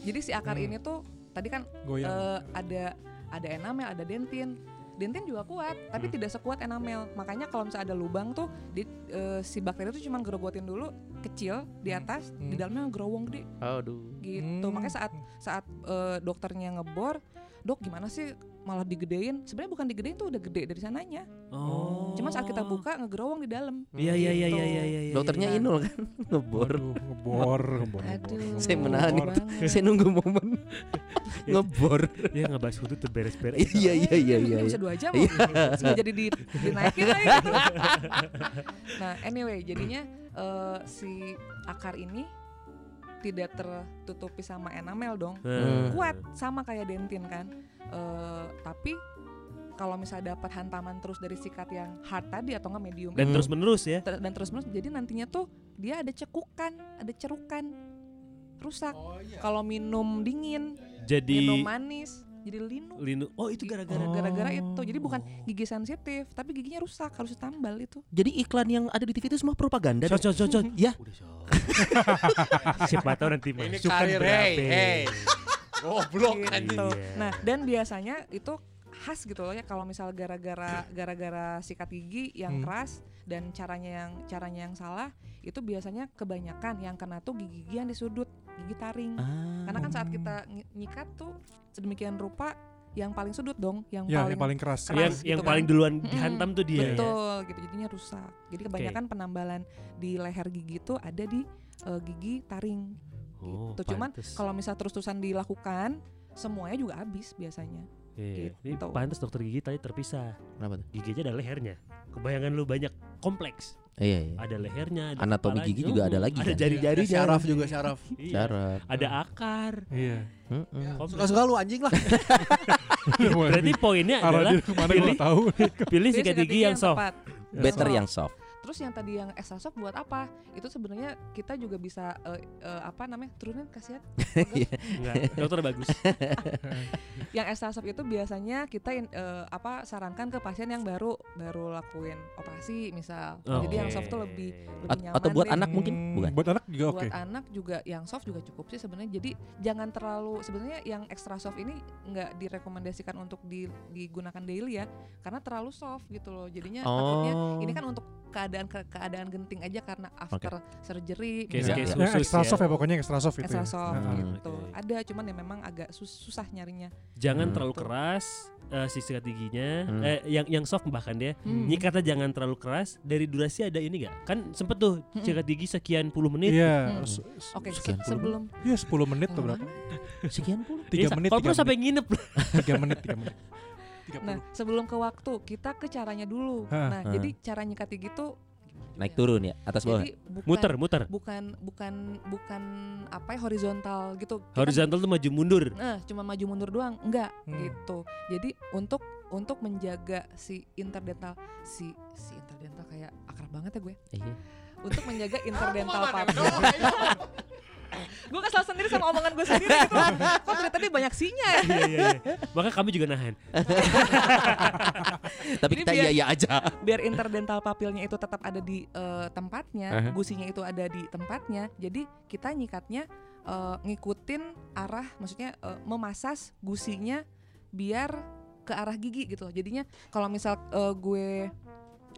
jadi si akar Hmm. ini tuh tadi kan Iya, Goyang. eh, ada ada enamel, ada dentin. Dentin juga kuat, tapi Hmm. tidak sekuat enamel. Makanya kalau misalnya ada lubang tuh, di, eh, si bakteri tuh cuma gerogotin dulu kecil di atas, di Hmm. dalamnya gerowong gede Aduh. gitu. Hmm. Makanya saat saat eh, dokternya ngebor, dok gimana sih malah digedein? Sebenarnya bukan digedein tuh udah gede dari sananya. Oh. Cuma saat kita buka ngegerowong di dalam. Gitu. Nah. Iya iya iya iya iya. iya, Dokternya iya. Inul kan ngebor. Waduh, ngebor, ngebor. Aduh. Saya menahan ngebor itu. banget. Saya nunggu momen ngebor. Ya nggak bahas itu beres-beres. Iya iya iya Ini iya. bisa dua jam loh. Sengaja jadi di, dinaikin lagi gitu. Nah anyway jadinya eh, si akar ini tidak tertutupi sama enamel dong. Hmm. kuat sama kayak dentin kan Eh, tapi kalau misalnya dapat hantaman terus dari sikat yang hard tadi atau nggak medium Dan Hmm. terus menerus ya. ter- dan terus menerus jadi nantinya tuh dia ada cekukan ada cerukan rusak kalau minum dingin minum Jadi manis jadi linu Linu. Oh itu gara-gara. gara-gara itu jadi bukan gigi sensitif tapi giginya rusak harus ditambal itu Jadi iklan yang ada di TV itu semua propaganda. dong? Cot cot cot cot. Ya. Siapa tahu nanti Ini masuk kan karir, hey, berapa. hey. Goblok anjing. gitu. Iya. Nah, dan biasanya itu khas gitu loh ya kalau misal gara-gara gara-gara sikat gigi Hmm. yang keras dan caranya yang caranya yang salah itu biasanya kebanyakan yang kena tuh gigi-gigi yang di sudut, gigi taring. Ah. Karena kan saat kita nyi- nyikat tuh sedemikian rupa yang paling sudut dong, yang Ya, paling, yang paling keras. keras. Yang gitu yang kan. paling duluan Mm-mm. dihantam tuh dia. ya? betul gitu jadinya rusak. Jadi kebanyakan penambalan di leher gigi itu ada di eh, gigi taring. Oh, gitu. Cuman pantes. kalau misal terus-terusan dilakukan semuanya juga habis biasanya. Iya. Ini Gitu. pantas dokter gigi tadi terpisah. Kenapa tuh? Giginya ada lehernya. Kebayangan lu banyak kompleks. Iya iya. Ada lehernya, ada Anatomi kepalanya. gigi juga ada Oh, lagi Ada kan? jari-jari Syaraf juga syaraf. Cara. Ada akar. Iya. Mm-mm. Ya. Kompleks. Suka-suka lu anjing Nah, lah. Iya. Berarti poinnya arah adalah dia kemana gue pilih- tahu. pilih Jadi sikat sikat gigi yang soft. tepat. Better Soft. yang soft. Terus yang tadi yang extra soft buat apa? Itu sebenarnya kita juga bisa eh, eh, apa namanya? Turunin kasihan. Enggak, dokter bagus. yang extra soft itu biasanya kita in- eh, apa sarankan ke pasien yang baru baru lakuin operasi misal. Nah, Jadi yang soft tuh lebih lebih At- nyaman atau buat deh. anak mungkin Hmm, bukan. Buat anak juga oke. Buat anak juga yang soft juga cukup sih sebenarnya. Jadi jangan terlalu sebenarnya yang extra soft ini nggak direkomendasikan untuk di- digunakan daily ya, karena terlalu soft gitu loh. Jadinya takutnya Oh. ini kan untuk keadaan ke- keadaan genting aja karena after surgery Case- Ya, misalnya. case yang khusus extra ya. soft ya pokoknya extra soft itu. extra ya. soft Nah, Hmm. gitu. Oke. Ada cuman ya memang agak sus- susah nyarinya. Jangan Hmm. terlalu keras eh, si sikat giginya. Hmm. Eh, yang yang soft bahkan ya. Hmm. Nyikatnya jangan terlalu keras. Dari durasi ada ini gak? Kan sempet tuh Mm-mm. sikat gigi sekian puluh menit. Iya. Hmm. s- s- Oke, se- Sekian puluh sebelum Iya 10 menit tuh berapa? Sekian puluh. 3 Iya, sa- menit, Kalau perlu 3 sampai nginep. 3 menit, 3 menit. nah, sebelum ke waktu, kita ke caranya dulu. Hah. Nah, jadi cara nyikat gigi tuh Naik turun ya atas bawah. Jadi bukan Muter, muter. bukan bukan bukan apa ya horizontal gitu. Kita- eh, Horizontal tuh maju mundur. Nah, cuma maju mundur doang, enggak Hmm. gitu. Jadi untuk untuk menjaga si interdental si si interdental kayak akrab banget ya gue Iya. untuk menjaga interdental papil. gue kesel sendiri sama omongan gue sendiri gitu. Kok dari tadi banyak sinya ya? Iya, iya, iya. Maka kami juga nahan. Tapi Ini kita biar- iya iya aja. Biar interdental papilnya itu tetap ada di eh, tempatnya, Aha. gusinya itu ada di tempatnya. Jadi kita nyikatnya eh, ngikutin arah, maksudnya eh, memasas gusinya biar ke arah gigi gitu. Jadinya kalau misal eh, gue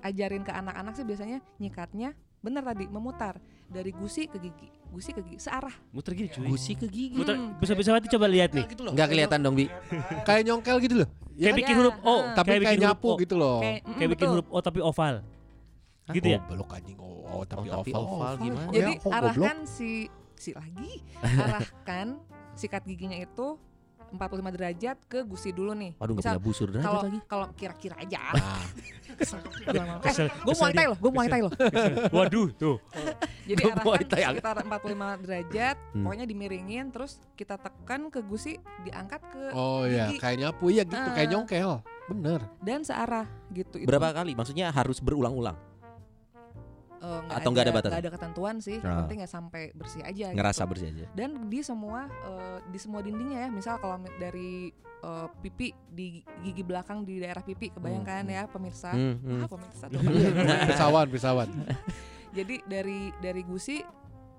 ajarin ke anak-anak sih biasanya nyikatnya bener tadi memutar dari gusi ke gigi, gusi ke gigi searah. Muter gini cuy. Gusi ke gigi. Muter bisa-bisa mati coba lihat nih. gitu Enggak kelihatan dong, Bi. Kayak nyongkel gitu loh. Ya Kayak kan? bi- bikin Iya, huruf O, ah. Tapi kayak, bikin huruf nyapu O. gitu loh. Kayak, mm, Kayak bikin betul. huruf O tapi oval. Gitu ya. Oh, belok anjing. Oh, oh, tapi Oh, tapi oval. oval gimana? Ya, Jadi kok goblok. arahkan si si lagi arahkan sikat giginya itu 45 derajat ke gusi dulu nih. Waduh nggak Misal punya busur derajat kalau lagi. kalau kira-kira aja. Ah. Kesel. Kesel, eh, gue kesel muay thai dia. loh, gue muay thai loh. Waduh, Gitu. tuh. Jadi Gua Muay arahkan Thai. sekitar 45 derajat, Hmm. pokoknya dimiringin terus kita tekan ke gusi, diangkat ke Oh iya, Gigi. kayak nyapu iya gitu, kayak Ah. nyongkel. Bener. dan searah gitu. Itu, Berapa kali? Maksudnya harus berulang-ulang. eh, atau nggak ada batasan? Nggak ada ketentuan sih, yang Ah. penting ya sampai bersih aja. gitu. Ngerasa bersih aja. dan di semua eh, di semua dindingnya ya misal kalau mi- dari eh, pipi di gigi belakang di daerah pipi kebayangkan Hmm, ya pemirsa Hmm, hmm. ah pemirsa tuh pisawan, pisawan. jadi dari dari gusi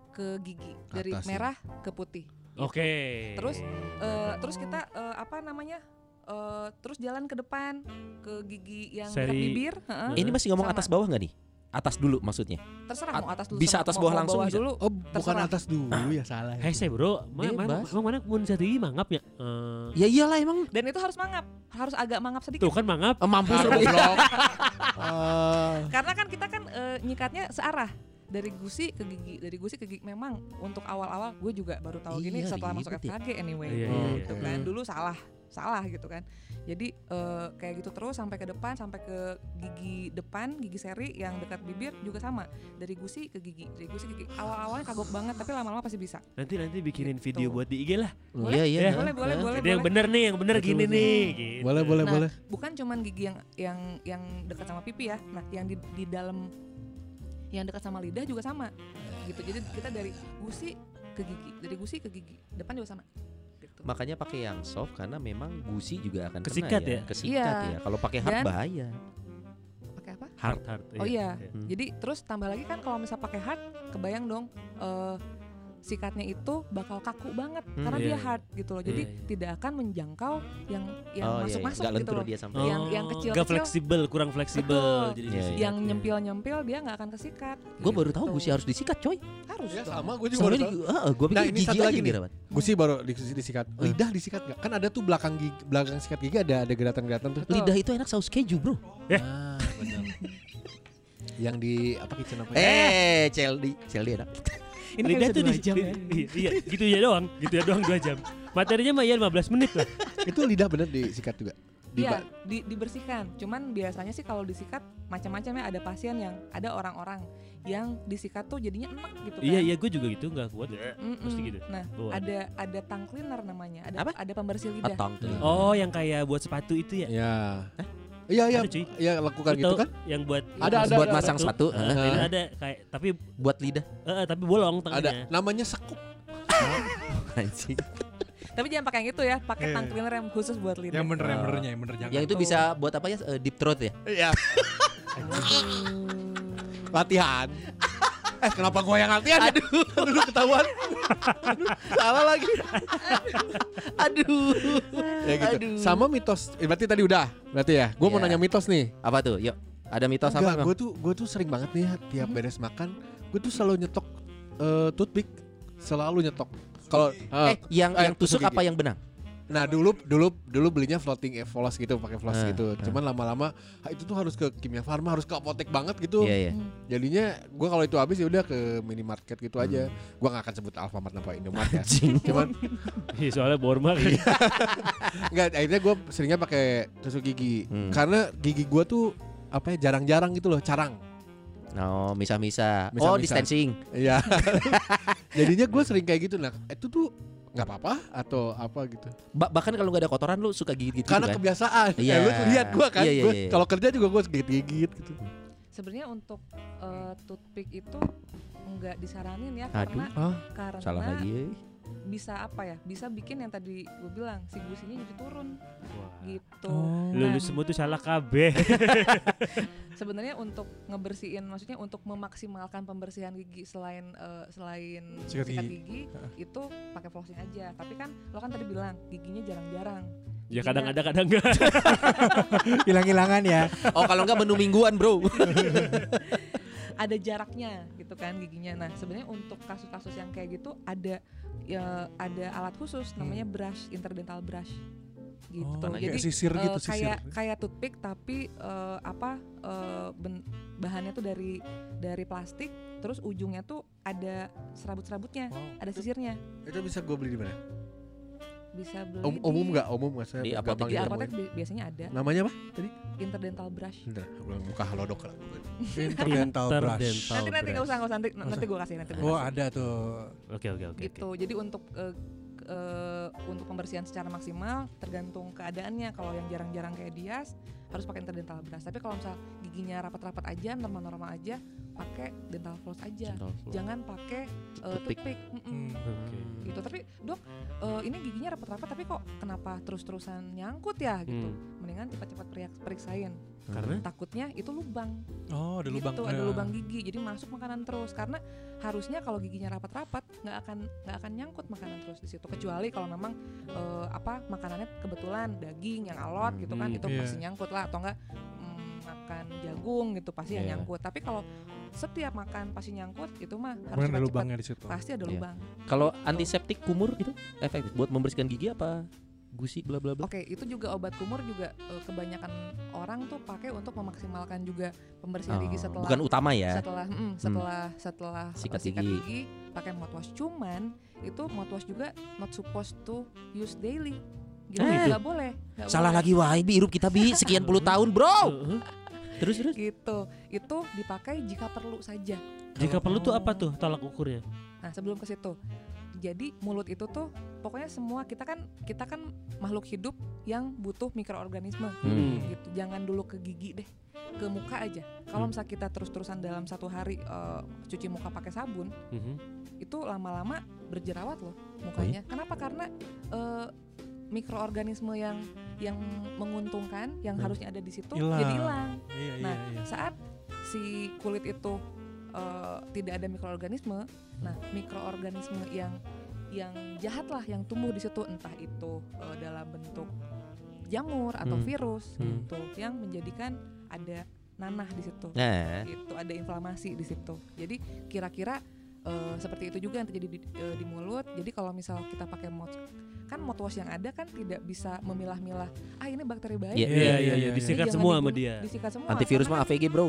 ke gigi Ke dari atas ya. merah ke putih Oke. Terus, Eh, terus kita eh, apa namanya eh, terus jalan ke depan ke gigi yang dekat Seri- bibir heeh. Ini masih ngomong Sama. atas bawah nggak nih? Atas dulu maksudnya. terserah mau atas dulu bisa sama- atas mau- bawah mau langsung bisa. dulu Oh, bukan Terserah. atas dulu ya salah. Hei, saya bro, ma- ma- Bebas. emang mana mun sati mangap ya? Eh, Ya iyalah emang dan itu harus mangap harus agak mangap sedikit tuh kan mangap. eh, mampus Ah, lu. goblok. Ah. Karena kan kita kan eh, nyikatnya searah dari gusi ke gigi, dari gusi ke gigi. Memang untuk awal-awal gue juga baru tahu gini Iya, setelah masuk ribet ya. FKG anyway. Iya, iya, gitu iya. kan. Hmm. Dulu salah, salah gitu kan. Jadi eh, kayak gitu terus sampai ke depan sampai ke gigi depan, gigi seri yang dekat bibir juga sama. Dari gusi ke gigi, dari gusi ke gigi. Awal-awalnya kagok banget tapi lama-lama pasti bisa. Nanti nanti bikinin Gitu. video buat di IG lah. Iya iya. Ya. Boleh, boleh, boleh, Jadi yang boleh. bener nih, yang bener Betul, gini betul. nih. gitu. Boleh, boleh, Nah, boleh. Bukan cuman gigi yang yang yang dekat sama pipi ya. Nah, yang di di dalam yang dekat sama lidah juga sama. gitu jadi kita dari gusi ke gigi dari gusi ke gigi depan juga sama gitu. Makanya pakai yang soft karena memang gusi juga akan kena Kesikat ya. ya? Kesikat Iya. ya. Kalau pakai hard Dan- bahaya. Oh, pakai apa Heart, heart. Oh, iya. Hmm. jadi terus tambah lagi kan kalau misal pakai hard kebayang dong eh, sikatnya itu bakal kaku banget Hmm, karena iya, dia iya. hard gitu loh jadi Iya, iya. tidak akan menjangkau yang yang oh iya, iya. masuk-masuk Nggak gitu lentur loh dia sampai. Oh. Yang- yang Gak kecil-kecil. fleksibel, kurang fleksibel. Betul. Jadi Iya, iya. yang nyempil-nyempil dia nggak akan kesikat Gue baru tahu Gitu. gusi harus Oh, disikat coy. harus Ya dong. sama gue juga. Selama baru ini tahu. heeh, gua pikir Nah, ini gigi satu aja lagi yang nih. dirawat. Gue sih baru di- disikat. Lidah disikat nggak? Kan ada tuh belakang gigi, belakang sikat gigi ada ada geratan-geratan tuh. Betul. Lidah itu enak saus keju, Bro. Ah, benar. Yang di apa kitchen apa? ya? Eh, Celdi, Celdi enak. ini Lidah kayak tuh bisa di dua jam ya. iya, iya, gitu ya doang, gitu ya doang dua jam. Materinya mah ya 15 menit lah. Itu lidah bener disikat juga. Di Iya, di, dibersihkan. Cuman biasanya sih kalau disikat macam-macam ya ada pasien yang ada orang-orang yang disikat tuh jadinya enak gitu kan. Iya, iya, gue juga gitu nggak kuat. Mm-mm. Mesti gitu. Nah, Oh, ada. ada ada tang cleaner namanya. Ada Apa? ada pembersih lidah. Atang. Oh, yang kayak buat sepatu itu ya? Ya. Iya iya Ada, cuy. iya lakukan Lu gitu tahu kan? Yang buat Ada, ada, buat ada, masang ada. sepatu, heeh. Ini ada kayak tapi buat lidah. eh, eh, tapi bolong Ada tengahnya. namanya sekup. Anjing. Tapi jangan pakai yang itu ya, pakai Iya. tang cleaner yang khusus buat lidah. Ya, Yang bener yang benernya yang bener jangan. Yang itu bisa buat apa ya? eh, Deep throat ya? Iya. latihan. eh kenapa gua yang latihan? ya? Lu ketahuan. Aduh, Salah lagi. Aduh. Ya gitu. Aduh. Sama mitos. Eh, berarti tadi udah. Berarti ya. Gua mau Iya. nanya mitos nih. Apa tuh? Yuk. Ada mitos apa? Enggak, Bang? gue tuh gue tuh sering banget nih ya, tiap beres makan, gue tuh selalu nyetok eh, toothpick, selalu nyetok. Kalau eh, Eh, yang eh, yang tusuk tusuk apa yang benang? nah dulu dulu dulu belinya floating eh, floss gitu, pakai floss Ah, gitu. ah. Cuman lama-lama ah, itu tuh harus ke kimia farma, harus ke apotek banget gitu. Iya, iya. Jadinya gue kalau itu habis ya udah ke minimarket gitu aja. Gue nggak akan sebut Alfamart apa Indomart Hmm. ya. Anjing. Cuman Iya, soalnya bormal. Iya. Enggak, akhirnya gue seringnya pakai tusuk gigi Hmm. karena gigi gue tuh apa ya jarang-jarang gitu loh, carang. No, Oh, misah-misah. Misah-misah. Oh, distancing. Iya. Jadinya gue sering kayak gitu nah itu tuh nggak apa-apa atau apa gitu Ba- bahkan kalau nggak ada kotoran lu suka gigit-gigit karena gitu kan? kebiasaan Iya. ya lu lihat gua kan Iya, iya, Gua iya. kalau kerja juga gua gigit-gigit gitu Sebenarnya untuk eh, toothpick itu nggak disaranin ya Aduh. karena Hah? karena Salah lagi. eh. bisa apa ya? Bisa bikin yang tadi gue bilang si gusinya jadi turun gitu. Oh. Lu, lu Nah, semua tuh salah kabeh. sebenarnya untuk ngebersihin maksudnya untuk memaksimalkan pembersihan gigi selain eh, selain Sikat sikat gigi. gigi, itu pakai flossing aja tapi kan lo kan tadi bilang giginya jarang-jarang ya kadang ada kadang enggak. Hilang-hilangan ya. Oh kalau nggak menu mingguan bro. ada jaraknya gitu kan giginya nah sebenarnya untuk kasus-kasus yang kayak gitu ada ya ada alat khusus namanya brush interdental brush gitu Oh, Tanahnya kayak sisir eh, gitu, sisir. kayak kayak toothpick tapi eh, apa eh, ben- bahannya tuh dari dari plastik terus ujungnya tuh ada serabut-serabutnya ada sisirnya itu bisa gua beli di mana bisa beli Om- Um, umum nggak Iya, umum nggak saya Di gampang apotek, di, di ditemuin. apotek bi- biasanya ada namanya apa tadi interdental brush Bentar, gua buka halodoc lah Interdental brush. Interdental. nanti nanti nggak brush. usah nggak usah nanti nanti gue kasih nanti gua Oh kasih. ada tuh. Oke oke oke. oke. gitu jadi untuk eh, k- eh, untuk pembersihan secara maksimal tergantung keadaannya kalau yang jarang-jarang kayak Dias harus pakai interdental brush tapi kalau misal giginya rapat-rapat aja normal-normal aja pakai dental floss aja jangan pakai uh, Toothpick. toothpick mm-mm. Oke. gitu tapi dok eh, ini giginya rapat-rapat tapi kok kenapa terus-terusan nyangkut ya gitu mendingan cepat-cepat periak- periksain Karena takutnya itu lubang Oh ada gitu, lubang. ada Eh, lubang gigi jadi masuk makanan terus karena harusnya kalau giginya rapat-rapat nggak akan nggak akan nyangkut makanan terus di situ kecuali kalau memang eh, apa makanannya kebetulan daging yang alot gitu kan Hmm, itu iya. pasti nyangkut lah atau enggak makan jagung gitu pasti Iya. ya nyangkut tapi kalau setiap makan pasti nyangkut itu mah harus Kemudian ada cepat-cepat Nah. lubangnya di situ. pasti ada Iya. lubang Kalau antiseptik kumur gitu efektif buat membersihkan gigi apa gusi bla bla bla. Oke, itu juga obat kumur juga eh, kebanyakan orang tuh pakai untuk memaksimalkan juga pembersihan gigi Oh, setelah bukan utama ya. setelah mm, setelah setelah Sikat sikat, gigi. gigi, pakai mouthwash cuman itu mouthwash juga not supposed to use daily gitu Ah, gitu. nggak boleh nggak Salah boleh. lagi wah Bi, hirup kita bi sekian puluh tahun bro. Heeh. Terus terus. gitu itu dipakai jika perlu saja jika perlu tuh apa tuh tolak ukurnya? nah sebelum ke situ jadi mulut itu tuh pokoknya semua kita kan kita kan makhluk hidup yang butuh mikroorganisme Hmm. gitu jangan dulu ke gigi deh ke muka aja kalau misalnya kita terus-terusan dalam satu hari eh, cuci muka pakai sabun Mhm. itu lama-lama berjerawat loh mukanya. Kenapa? Karena eh, mikroorganisme yang yang menguntungkan yang harusnya ada di situ Hilang. jadi hilang. Iya iya Nah, iya. saat si kulit itu eh, tidak ada mikroorganisme, nah mikroorganisme yang yang jahat lah yang tumbuh di situ entah itu eh, dalam bentuk jamur atau Hmm. virus Hmm. Ya. gitu yang menjadikan ada nanah di situ Nah, itu ada inflamasi di situ. Jadi kira-kira eh, seperti itu juga yang terjadi di, eh, di mulut. Jadi kalau misal kita pakai mouth kan mouthwash yang ada kan tidak bisa memilah-milah. Ah ini bakteri baik. Iya, Iya, Iya iya iya iya. disikat jangan semua sama dibunuh. dia. Disikat semua. antivirus Karena mah AVG bro.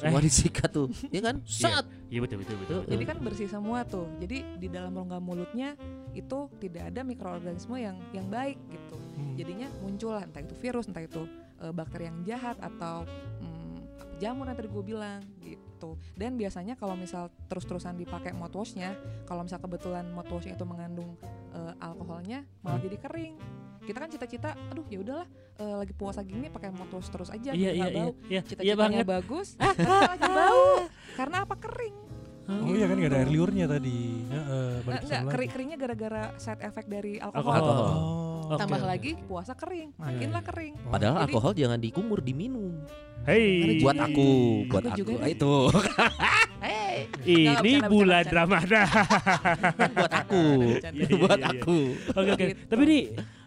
Semua Eh. disikat tuh. Iya kan? Saat. Iya betul betul betul. kan- Jadi kan bersih semua tuh. Jadi di dalam rongga mulutnya itu tidak ada mikroorganisme yang yang baik gitu. iya. Jadinya muncullah entah itu virus, entah itu eh, bakteri yang jahat atau mm, jamur yang tadi gue bilang gitu. Dan biasanya kalau misal terus-terusan dipakai mouthwashnya, kalau misal kebetulan mouthwashnya itu mengandung eh, alkoholnya, Hmm. malah jadi kering. Kita kan cita-cita, aduh ya udahlah eh, lagi puasa gini pakai mouthwash terus aja, Iya biar iya nggak iya. bau. Iya iya Cita-citanya banget. bagus, malah jadi bau. Karena apa kering? Oh iya kan gak ada air liurnya tadi. Heeh, Eh, balik enggak, sama kering lagi. keringnya gara-gara side effect dari alkohol. Alkohol. Oh. Oke, Tambah oke, lagi oke. puasa kering, makinlah kering. Padahal Jadi- alkohol jangan dikumur, diminum. Hei. Buat aku, buat Iya. Aku aku. juga Ah, deh. Itu Hey, Nggak, Ini bercanda, bulan bercanda, Ramadan. kan buat aku. Nah, Bercanda, bercanda. Buat Iya, iya, iya. aku. Oke oke. Gitu. Tapi ini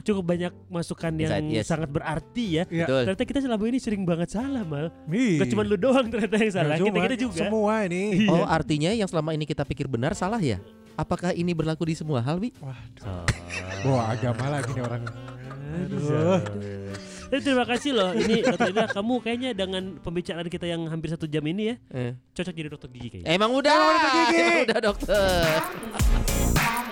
cukup banyak masukan yang Insight, yes. sangat berarti ya. Iya. Betul. Ternyata kita selama ini sering banget salah mal. Ih. Gak cuma lu doang ternyata yang Nggak salah. Kita cuma, kita juga. Semua ini. Oh, artinya yang selama ini kita pikir benar salah ya? Apakah ini berlaku di semua hal, Bi? Wah agama lagi nih orang. Aduh. Tapi Eh, terima kasih loh. Ini Dr. Ina, kamu kayaknya dengan pembicaraan kita yang hampir satu jam ini ya Eh. cocok jadi dokter gigi kayaknya. Iya. Emang udah, udah pergi, Ki. udah dokter. Bye.